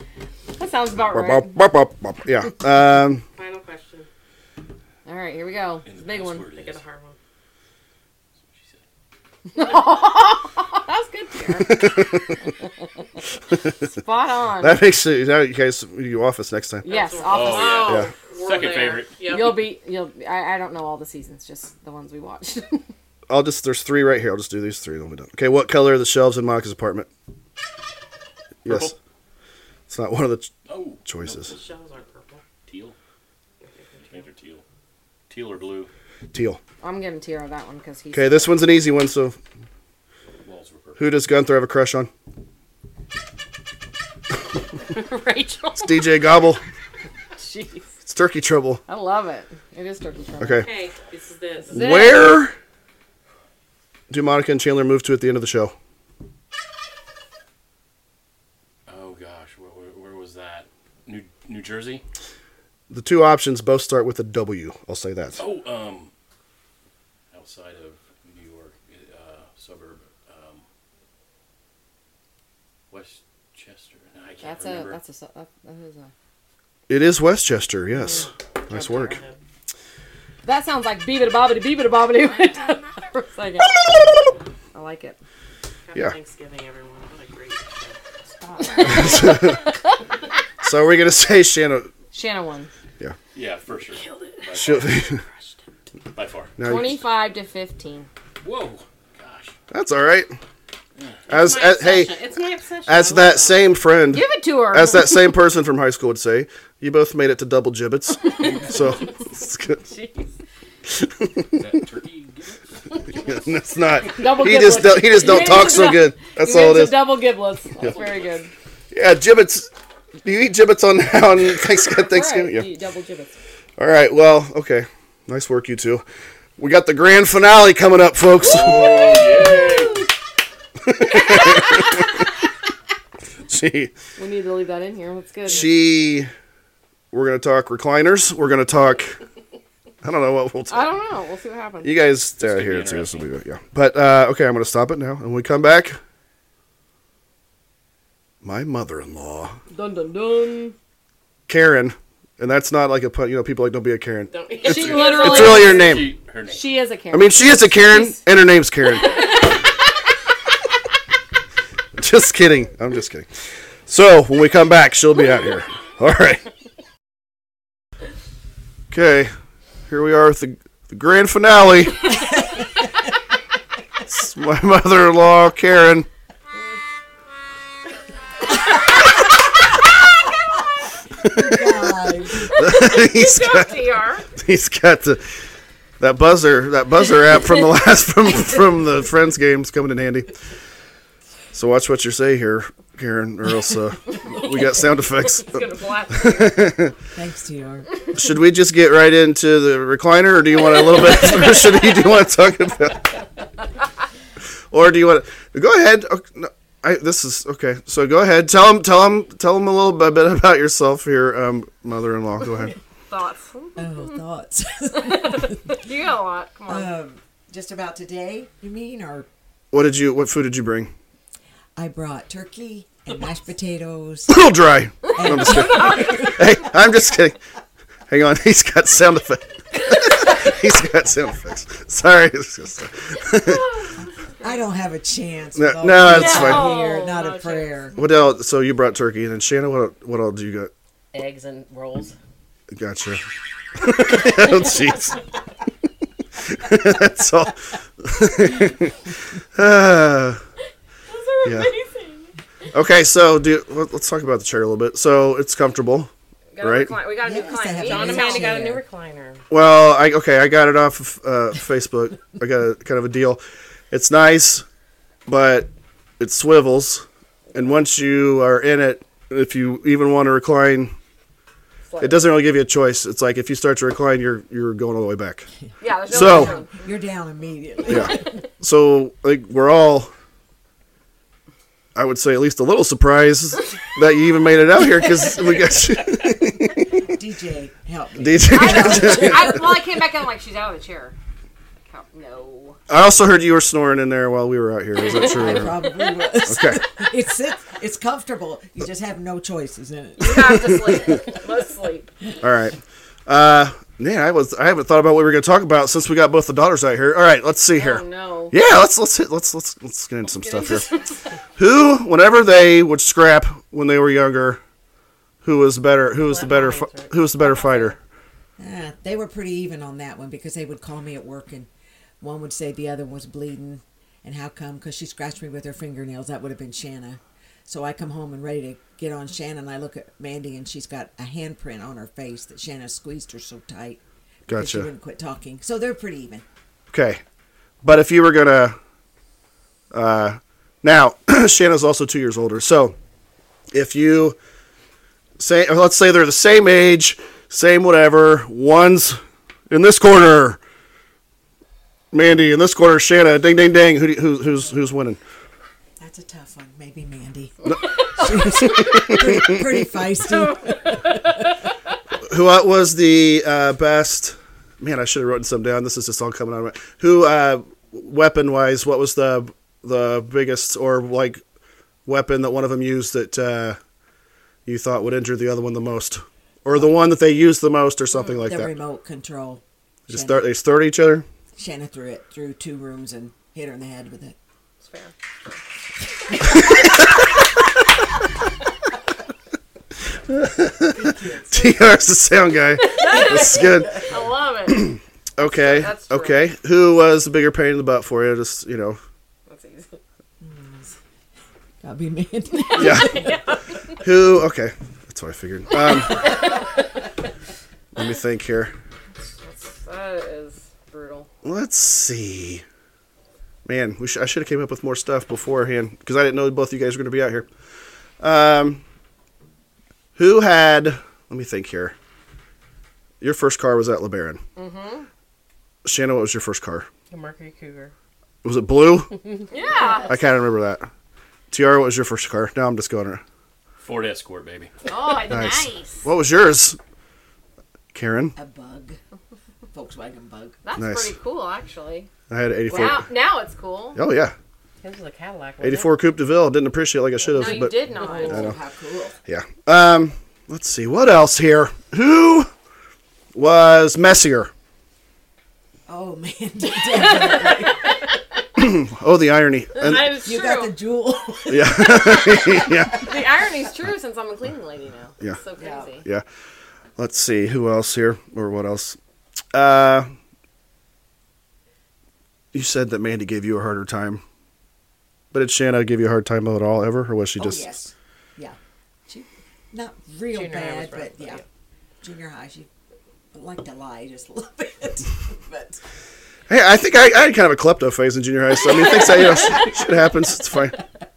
Speaker 8: That sounds about
Speaker 1: bah,
Speaker 8: right.
Speaker 1: bah, bah, bah. Yeah. Um,
Speaker 7: Final question.
Speaker 8: All right, here we go.
Speaker 5: And
Speaker 8: It's
Speaker 5: the
Speaker 8: a big one.
Speaker 5: password
Speaker 7: I
Speaker 5: is-
Speaker 7: get a hard one.
Speaker 8: That's good, Pierre.
Speaker 1: <laughs>
Speaker 8: <laughs> Spot on.
Speaker 1: that makes it, now you guys you office next time.
Speaker 8: yes,
Speaker 7: That's
Speaker 8: office.
Speaker 5: Oh,
Speaker 1: Yeah.
Speaker 7: We're
Speaker 5: Second
Speaker 7: there.
Speaker 5: favorite.
Speaker 7: Yep.
Speaker 8: You'll be. You'll. I, I don't know all the seasons, just the ones we watched.
Speaker 1: I'll just there's three right here. I'll just do these three. Then we done. Okay, what color are the shelves in Monica's apartment? Yes,
Speaker 5: Purple.
Speaker 1: it's not one of the ch-
Speaker 5: Oh,
Speaker 7: The
Speaker 1: choices.
Speaker 7: shells aren't purple.
Speaker 5: teal. Change or teal. Teal or blue.
Speaker 1: Teal.
Speaker 8: <laughs> I'm getting tear on that one because he's.
Speaker 1: Okay, this one's an easy one. So,
Speaker 5: Walls were purple.
Speaker 1: who does Gunther have a crush
Speaker 8: <laughs>
Speaker 1: on?
Speaker 7: Rachel.
Speaker 1: It's DJ Gobble.
Speaker 8: Jeez.
Speaker 1: It's turkey trouble.
Speaker 8: I love it. It is turkey trouble.
Speaker 1: Okay.
Speaker 7: Hey, this is this.
Speaker 8: it.
Speaker 1: Where do Monica and Chandler move to at the end of the show?
Speaker 5: Oh gosh, where, where, where was that? New New Jersey?
Speaker 1: The two options both start with a W. I'll say that.
Speaker 5: Oh, um, outside of New York, uh, suburb, um, Westchester. No, I can't
Speaker 8: That's
Speaker 5: remember.
Speaker 8: a that's a su- that, that is a
Speaker 1: It is Westchester, yes. Nice work.
Speaker 8: that sounds like beebity bobbity beebity bobbity <laughs> for
Speaker 1: <laughs>
Speaker 8: a second. I like it.
Speaker 7: Happy
Speaker 1: Yeah.
Speaker 7: Thanksgiving, everyone. What a great show.
Speaker 1: So we're gonna <laughs> say Shannon.
Speaker 8: Shanna won.
Speaker 5: yeah, for sure. Killed it. By,
Speaker 1: she'll-
Speaker 5: far, by far.
Speaker 1: Now you-
Speaker 8: Twenty-five to fifteen.
Speaker 5: Whoa, gosh.
Speaker 1: that's all right. As,
Speaker 7: My
Speaker 1: as hey,
Speaker 7: obsession. it's my obsession.
Speaker 1: as
Speaker 7: I love
Speaker 1: that same friend,
Speaker 8: Give it to her.
Speaker 1: as that same person from high school would say, you both made it to double
Speaker 7: <laughs>
Speaker 1: gibbets. so it's good.
Speaker 5: <laughs> Is that turkey?
Speaker 1: that's
Speaker 7: <laughs>
Speaker 1: not.
Speaker 8: double
Speaker 1: He just don't, he just don't talk so good. That's all it is.
Speaker 8: Double giblets. That's very good.
Speaker 1: Yeah, gibbets. Do you eat gibbets on <laughs> on Thanksgiving? Thanksgiving?
Speaker 8: Right,
Speaker 1: Yeah.
Speaker 8: you Double giblets.
Speaker 1: All right. Well, okay. Nice work, you two. We got the grand finale coming up, folks. <laughs>
Speaker 7: <laughs>
Speaker 1: she
Speaker 8: We need to leave that in here. That's good.
Speaker 1: she. We're gonna talk recliners. We're gonna talk. I don't know what we'll talk.
Speaker 8: I don't know. We'll see what happens.
Speaker 1: You guys stay out
Speaker 5: could
Speaker 1: here
Speaker 5: be
Speaker 1: and see this will be yeah. But uh, okay, I'm gonna stop it now. And when we come back, my mother-in-law
Speaker 8: Dun dun dun.
Speaker 1: Karen, and that's not like a pun. You know, people like don't be a Karen.
Speaker 7: Don't
Speaker 8: She literally.
Speaker 1: It's really your name.
Speaker 5: She, her name.
Speaker 8: She is a
Speaker 1: I
Speaker 8: Karen.
Speaker 1: mean, she is a Karen, and her name's Karen. <laughs> just kidding. I'm just kidding. So when we come back, she'll be out here. All right. Okay, here we are with the, the grand finale. it's my mother-in-law, Karen. He's got- he's got the that buzzer that buzzer app from the last from from the friends games coming in handy. So watch what you say here, Karen, or else uh, we got sound effects.
Speaker 9: Thanks, TR.
Speaker 1: Should we just get right into the recliner, or do you want a little bit? Or should we, do you want to talk about? Or do you want to go ahead? ok- no, I, this is okay. So go ahead. Tell him. Tell him. Tell him a little bit about yourself here, um, mother-in-law. Go ahead.
Speaker 8: Thoughts.
Speaker 6: <laughs>
Speaker 9: Oh, thoughts.
Speaker 8: You got a lot. Come on.
Speaker 9: um, just about today, you mean? Or
Speaker 1: What did you? What food did you bring?
Speaker 9: I brought turkey
Speaker 6: <laughs>
Speaker 9: and mashed potatoes.
Speaker 1: little dry. No, I'm just kidding. hey, I'm just kidding. Hang on, he's got sound effects. <laughs> he's got sound effects. Sorry. it's just-
Speaker 9: I don't have a chance.
Speaker 1: No,
Speaker 9: with all
Speaker 1: no,
Speaker 9: the
Speaker 1: it's
Speaker 9: people
Speaker 8: fine.
Speaker 9: Here,
Speaker 8: No,
Speaker 9: not
Speaker 8: no
Speaker 9: a prayer.
Speaker 1: What else? So you brought turkey, and then Shannon, what what all do you
Speaker 6: Eggs and rolls.
Speaker 1: got? Gotcha. <laughs> oh jeez. <laughs> That's all. <laughs> Ah, yeah. Okay, so do let- let's talk about the chair a little bit. So it's comfortable.
Speaker 6: Got a
Speaker 1: Right.
Speaker 6: reclin- we got a new
Speaker 9: Yes, I have
Speaker 6: client.
Speaker 9: a
Speaker 6: John
Speaker 9: new
Speaker 6: and Amanda got a new
Speaker 9: chair.
Speaker 6: recliner.
Speaker 1: Well, I okay, I got it off of uh, Facebook. I got a kind of a deal. It's nice, but it swivels, and once you are in it, if you even want to recline, it doesn't really give you a choice. It's like if you start to recline, you're you're going all the way back.
Speaker 6: Yeah, there's no
Speaker 1: So-
Speaker 6: way down.
Speaker 9: You're down
Speaker 6: <laughs>
Speaker 9: immediately.
Speaker 1: Yeah. so like we're all, I would say at least a little surprised that you even made it out here because we got <laughs> you.
Speaker 9: DJ, help me.
Speaker 1: DJ.
Speaker 8: I, well, I came back in like she's out of the chair. Come- No.
Speaker 1: <laughs> I also heard you were snoring in there while we were out here. Is that true?
Speaker 9: I
Speaker 1: or not?
Speaker 9: probably was.
Speaker 1: Okay.
Speaker 9: <laughs> It's, it's it's comfortable. You just have no choices in it.
Speaker 6: You have to
Speaker 1: <laughs>
Speaker 6: sleep. Must sleep.
Speaker 1: All right. Uh, man, I was I haven't thought about what we were gonna talk about since we got both the daughters out here. All right, let's see here.
Speaker 8: Oh, no.
Speaker 1: Yeah, let's let's hit let's let's let's get into some stuff here. who, whenever they would scrap when they were younger, who was better? Who was the better? Fi- who was the better fighter?
Speaker 9: Ah, they were pretty even on that one because they would call me at work and one would say the other one was bleeding. And how come? Because she scratched me with her fingernails. That would have been Shanna. So I come home and ready to get on Shanna and I look at Mandy and she's got a handprint on her face that Shanna squeezed her so tight. because She
Speaker 1: Gotcha.
Speaker 9: wouldn't quit talking. So they're pretty even.
Speaker 1: Okay, but if you were gonna, uh, now <clears throat> Shanna's also two years older, so if you say or let's say they're the same age same whatever. One's in this corner. Mandy in this corner. Shanna. Ding ding ding. Who, do you- who who's who's winning?
Speaker 9: That's a tough one.
Speaker 1: <laughs>
Speaker 9: Maybe Mandy. She's pretty, pretty feisty.
Speaker 1: Who uh, was the uh, best? Man, I should have written some down. This is just all coming out. of my- Who uh, weapon wise? What was the the biggest or like weapon that one of them used that uh, you thought would injure the other one the most, or the one that they used the most, or something like
Speaker 9: the
Speaker 1: that?
Speaker 9: remote control.
Speaker 1: Just
Speaker 9: Shanna-
Speaker 1: thir- they start each other. <laughs>
Speaker 9: Shanna threw it through two rooms and hit her in the head with it.
Speaker 8: It's fair.
Speaker 1: TR's the sound guy. That's
Speaker 8: <laughs>
Speaker 1: good.
Speaker 8: I love it.
Speaker 1: Okay.
Speaker 8: That's true.
Speaker 1: okay. Who was the bigger pain in the butt for you? Just you know.
Speaker 8: That's easy.
Speaker 9: Gotta be Mandy.
Speaker 1: Yeah. Who? Okay. That's what I figured. Um, let me think here.
Speaker 8: That is brutal.
Speaker 1: Let's see. Man, we sh- I should have came up with more stuff beforehand because I didn't know both you guys were going to be out here. Um, who had? Let me think here. Your first car was at LeBaron. Mm-hmm. Shannon, what was your first car?
Speaker 3: The Mercury Cougar.
Speaker 1: Was it blue?
Speaker 8: Yeah.
Speaker 1: I can't remember that. Tiara, what was your first car? Now I'm just going. around.
Speaker 5: Ford Escort, baby.
Speaker 8: Oh,
Speaker 1: Nice.
Speaker 8: nice.
Speaker 1: What was yours, Karen?
Speaker 9: a bug. <laughs> Volkswagen bug.
Speaker 8: That's
Speaker 1: Nice.
Speaker 8: pretty cool, actually.
Speaker 1: I had an '84.
Speaker 8: Now, now it's cool.
Speaker 1: Oh yeah,
Speaker 3: His was a Cadillac. wasn't it?
Speaker 1: '84 Coupe de Ville. Didn't appreciate it like I should have.
Speaker 8: No, you
Speaker 1: but
Speaker 8: did not.
Speaker 9: Oh, how cool.
Speaker 1: yeah. Um, let's see what else here. Who was messier?
Speaker 9: Oh, <laughs> Mandy. definitely.
Speaker 1: Oh, the irony. And,
Speaker 8: That is
Speaker 9: you
Speaker 8: true.
Speaker 9: got the jewel.
Speaker 8: The irony's true since I'm a cleaning lady now.
Speaker 1: Yeah.
Speaker 8: It's so crazy.
Speaker 1: yeah. Let's see who else here or what else. Uh, you said that Mandy gave you a harder time, but did Shanna give you a hard time at all ever, or was she
Speaker 9: <laughs> oh,
Speaker 1: just?
Speaker 9: yes. Yeah. She, not real
Speaker 3: Junior high was
Speaker 9: bad,
Speaker 3: rough,
Speaker 9: but yeah. Junior high, she liked to lie just a little <laughs> bit. but
Speaker 1: Hey, I think I, I had kind of a klepto phase in junior high, so I mean, things that you know, <laughs> shit, shit happens. It's fine.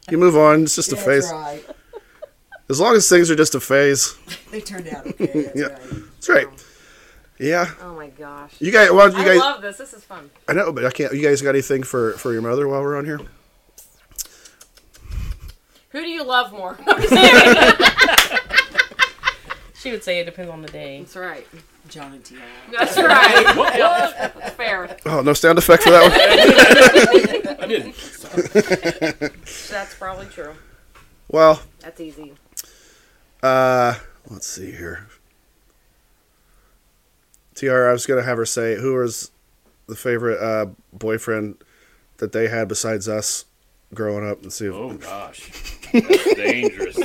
Speaker 1: You move on. It's just a
Speaker 9: that's
Speaker 1: phase.
Speaker 9: right.
Speaker 1: As long as things are just a phase,
Speaker 9: They turned out okay. That's
Speaker 1: Yeah.
Speaker 9: right.
Speaker 1: it's right. Yeah,
Speaker 8: Oh my gosh.
Speaker 1: you guys. Well, you
Speaker 8: Um, I
Speaker 1: guys.
Speaker 8: love this. This is fun.
Speaker 1: I know, but I can't. You guys got anything for for your mother while we're on here?
Speaker 8: Who do you love more? <laughs>
Speaker 3: She would say it depends on the day.
Speaker 8: That's right.
Speaker 9: John and Tiara.
Speaker 8: That's <laughs> right. Yep. Fair.
Speaker 1: Oh, no sound effect for that
Speaker 8: <laughs>
Speaker 1: one.
Speaker 5: I didn't.
Speaker 8: That's probably true.
Speaker 1: well,
Speaker 8: That's easy.
Speaker 1: uh, let's see here. Tr, I was gonna have her say who was the favorite uh, boyfriend that they had besides us growing up, and see if
Speaker 5: Oh <laughs> gosh, that's dangerous.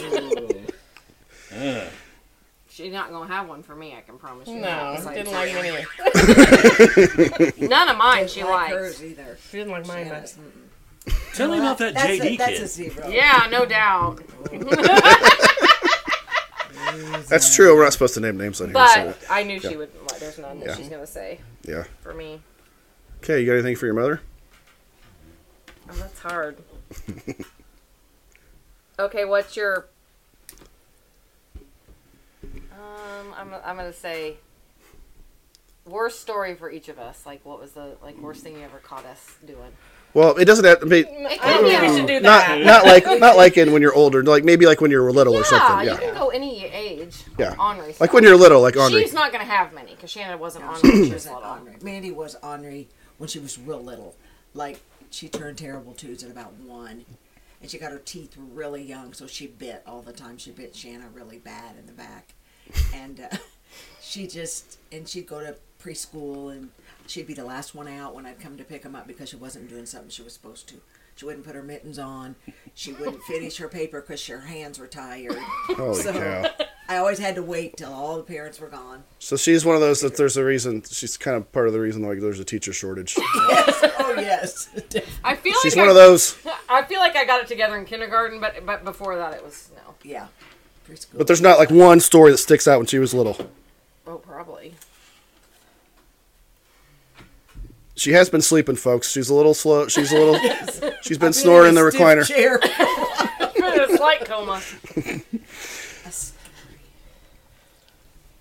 Speaker 8: She's not gonna have one for me. I can promise you. that.
Speaker 3: No,
Speaker 8: It's
Speaker 3: didn't like mine
Speaker 1: <laughs>
Speaker 3: either.
Speaker 8: None of mine. She
Speaker 9: Didn't like
Speaker 8: likes.
Speaker 9: hers either.
Speaker 3: She didn't like mine,
Speaker 9: Yes.
Speaker 3: but
Speaker 5: Tell me about that
Speaker 9: that's
Speaker 5: JD
Speaker 9: a, That's
Speaker 5: kid.
Speaker 9: a zero.
Speaker 8: Yeah, no doubt.
Speaker 1: That's true. We're not supposed to name names on here.
Speaker 8: But
Speaker 1: So,
Speaker 8: I knew she would. Like, there's none that
Speaker 1: Yeah.
Speaker 8: she's gonna say
Speaker 1: yeah.
Speaker 8: for me.
Speaker 1: Okay, you got anything for your mother?
Speaker 8: Oh, that's hard. <laughs> okay, what's your? Um, I'm I'm gonna say worst story for each of us. Like, what was the like worst thing you ever caught us doing?
Speaker 1: Well, it doesn't have to be
Speaker 3: I don't think we should do
Speaker 1: not
Speaker 3: that.
Speaker 1: not like not like in when you're older, like maybe like when you're little or something.
Speaker 8: you
Speaker 1: Yeah.
Speaker 8: can go any age.
Speaker 1: Yeah.
Speaker 8: Henri.
Speaker 1: Like when you're little, like Henri.
Speaker 8: She's not gonna have many because Shannon wasn't on when she was
Speaker 9: was at
Speaker 8: little.
Speaker 9: Henri. Mandy was Henri when she was real little. Like she turned terrible twos at about one, and she got her teeth really young, so she bit all the time. She bit Shanna really bad in the back, and uh, <laughs> she just and she'd go to preschool and she'd be the last one out when I'd come to pick them up because she wasn't doing something she was supposed to. She wouldn't put her mittens on. She wouldn't finish her paper because her hands were tired.
Speaker 1: Holy
Speaker 9: So-
Speaker 1: cow!
Speaker 9: I always had to wait till all the parents were gone.
Speaker 1: So she's one of those that there's a reason. She's kind of part of the reason like there's a teacher shortage.
Speaker 9: <laughs> Oh yes, <laughs>
Speaker 8: I feel
Speaker 1: She's
Speaker 8: like
Speaker 1: one
Speaker 8: I,
Speaker 1: of those.
Speaker 8: I feel like I got it together in kindergarten, but but before that it was no.
Speaker 9: yeah, preschool.
Speaker 1: But there's not like one story that sticks out when she was little.
Speaker 8: Oh, <laughs> probably.
Speaker 1: She has been sleeping, folks. She's a little slow. She's a
Speaker 9: <laughs>
Speaker 1: little. She's been snoring in the
Speaker 9: stiff
Speaker 1: recliner.
Speaker 9: chair.
Speaker 8: <laughs> it's like coma.
Speaker 9: <laughs>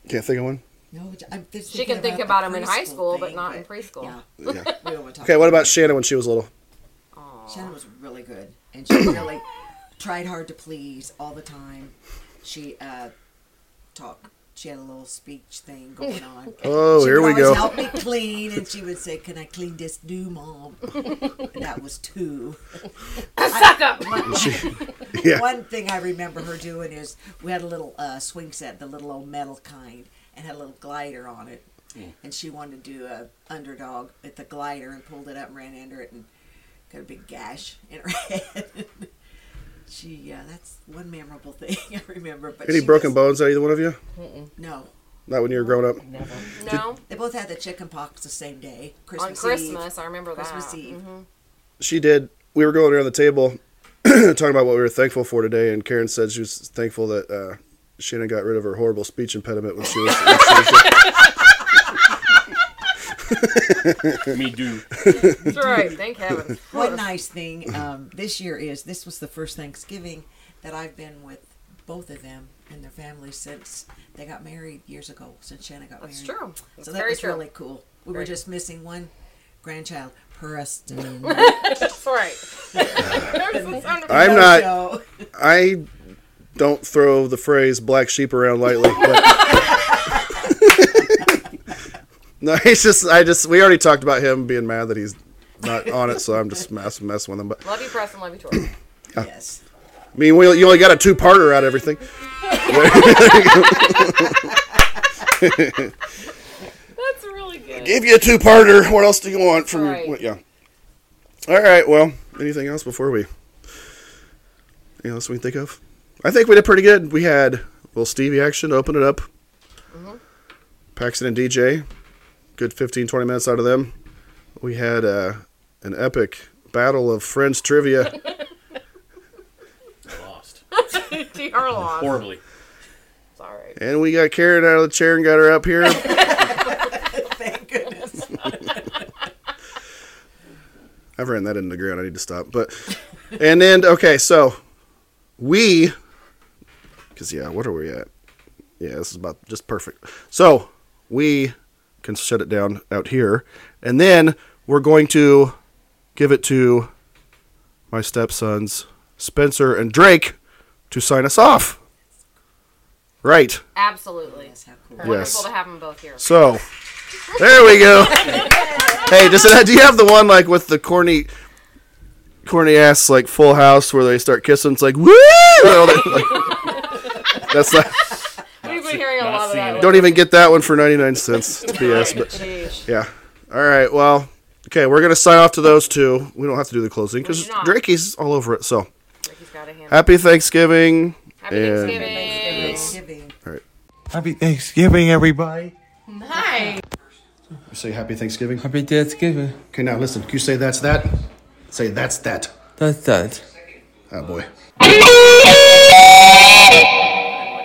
Speaker 1: Can't think of one.
Speaker 9: No, which I, this
Speaker 8: She can think about him in high school, but not in preschool.
Speaker 9: Yeah.
Speaker 1: Yeah.
Speaker 9: We don't want to talk
Speaker 1: Okay, what about Shannon when she was little?
Speaker 9: Shannon was really good, and she really tried hard to please all the time. She uh, talked. She had a little speech thing going
Speaker 1: <laughs>
Speaker 9: on.
Speaker 1: Oh,
Speaker 9: she
Speaker 1: here
Speaker 9: would
Speaker 1: we
Speaker 9: always
Speaker 1: go. <laughs>
Speaker 9: Help me clean, and she would say, "Can I clean this, do mom?" that was two.
Speaker 8: Suck up!
Speaker 9: <laughs>
Speaker 1: Yeah.
Speaker 9: One thing I remember her doing is we had a little uh, swing set, the little old metal kind, and had a little glider on it. And she wanted to do a underdog with the glider and pulled it up and ran under it and got a big gash in her <laughs> head. she, yeah, that's one memorable <laughs> thing I remember. But
Speaker 1: Any
Speaker 9: she
Speaker 1: broken
Speaker 9: was,
Speaker 1: bones out of either one of you?
Speaker 9: No,
Speaker 1: Not when you were growing up.
Speaker 8: No,
Speaker 9: they both had the chicken pox the same day, Christmas
Speaker 8: on
Speaker 9: Eve.
Speaker 8: Christmas, I remember that. Mm-hmm.
Speaker 9: Christmas Eve.
Speaker 1: She did. We were going around the table <clears throat> talking about what we were thankful for today, and Karen said she was thankful that uh, Shannon got rid of her horrible speech impediment when she was. when she was little.
Speaker 9: <laughs>
Speaker 5: Me do.
Speaker 8: That's right, thank
Speaker 9: <laughs>
Speaker 8: heaven.
Speaker 9: One nice thing um, this year is this was the first Thanksgiving that I've been with both of them and their families since they got married years ago, since Shannon got
Speaker 8: That's
Speaker 9: married.
Speaker 8: true. That's
Speaker 9: So that
Speaker 8: very
Speaker 9: was
Speaker 8: true.
Speaker 9: really cool. We were
Speaker 8: Very-
Speaker 9: just missing one grandchild, Preston.
Speaker 8: That's right. <laughs> There's the
Speaker 9: <laughs>
Speaker 8: sound of-
Speaker 1: I'm not.
Speaker 9: So,
Speaker 1: I don't throw the phrase "black sheep" around lightly. But <laughs> no, he's just. I just. We already talked about him being mad that he's not on it, so I'm just mess, messing with him. But
Speaker 8: Love you, Preston. Love you, Tori.
Speaker 9: yes.
Speaker 1: I mean, we, you only got a two-parter out of everything. <laughs>
Speaker 7: That's really good.
Speaker 1: Give you a two-parter. What else do you want from your?
Speaker 8: Right.
Speaker 1: what- yeah. All right. Well, anything else before we? Anything else we can think of? I think we did pretty good. We had little Stevie action to open it up. Paxton and DJ, good 15, 20 minutes out of them. We had uh, an epic battle of French trivia.
Speaker 5: I lost.
Speaker 8: T.R. lost.
Speaker 5: Horribly.
Speaker 8: Sorry.
Speaker 1: And we got Karen out of the chair and got her up here.
Speaker 9: <laughs> Thank goodness.
Speaker 1: I've ran that into the ground. I need to stop. But and then okay, so we because yeah, what are we at? Yeah, this is about just perfect. So we can shut it down out here, and then we're going to give it to my stepsons Spencer and Drake to sign us off. Right.
Speaker 8: Absolutely.
Speaker 9: That's how cool.
Speaker 8: Wonderful
Speaker 1: Yes.
Speaker 8: to have them both here.
Speaker 1: So there we go. <laughs> hey, does it, do you have the one like with the corny, corny ass like Full House where they start kissing? It's like woo. <laughs> and all that, like- that's not,
Speaker 8: We've
Speaker 5: se-
Speaker 8: been hearing a
Speaker 5: not
Speaker 8: lot of
Speaker 5: seeing
Speaker 8: that.
Speaker 5: it.
Speaker 1: don't even get that one for ninety nine cents. It's BS, but
Speaker 8: Sheesh.
Speaker 1: yeah. All right, well, okay, we're gonna sign off to those two. We don't have to do the closing because
Speaker 8: do not.
Speaker 1: Drakey's all over it. So
Speaker 8: Ricky's got a hand.
Speaker 1: happy Thanksgiving.
Speaker 8: Happy
Speaker 1: and-
Speaker 8: Thanksgiving.
Speaker 9: Thanksgiving.
Speaker 10: Happy Thanksgiving, everybody.
Speaker 1: Say happy Thanksgiving.
Speaker 10: Happy Thanksgiving.
Speaker 1: Okay, now listen. Can you say that's that? Say that's that.
Speaker 10: That's that.
Speaker 1: Oh Ah, boy.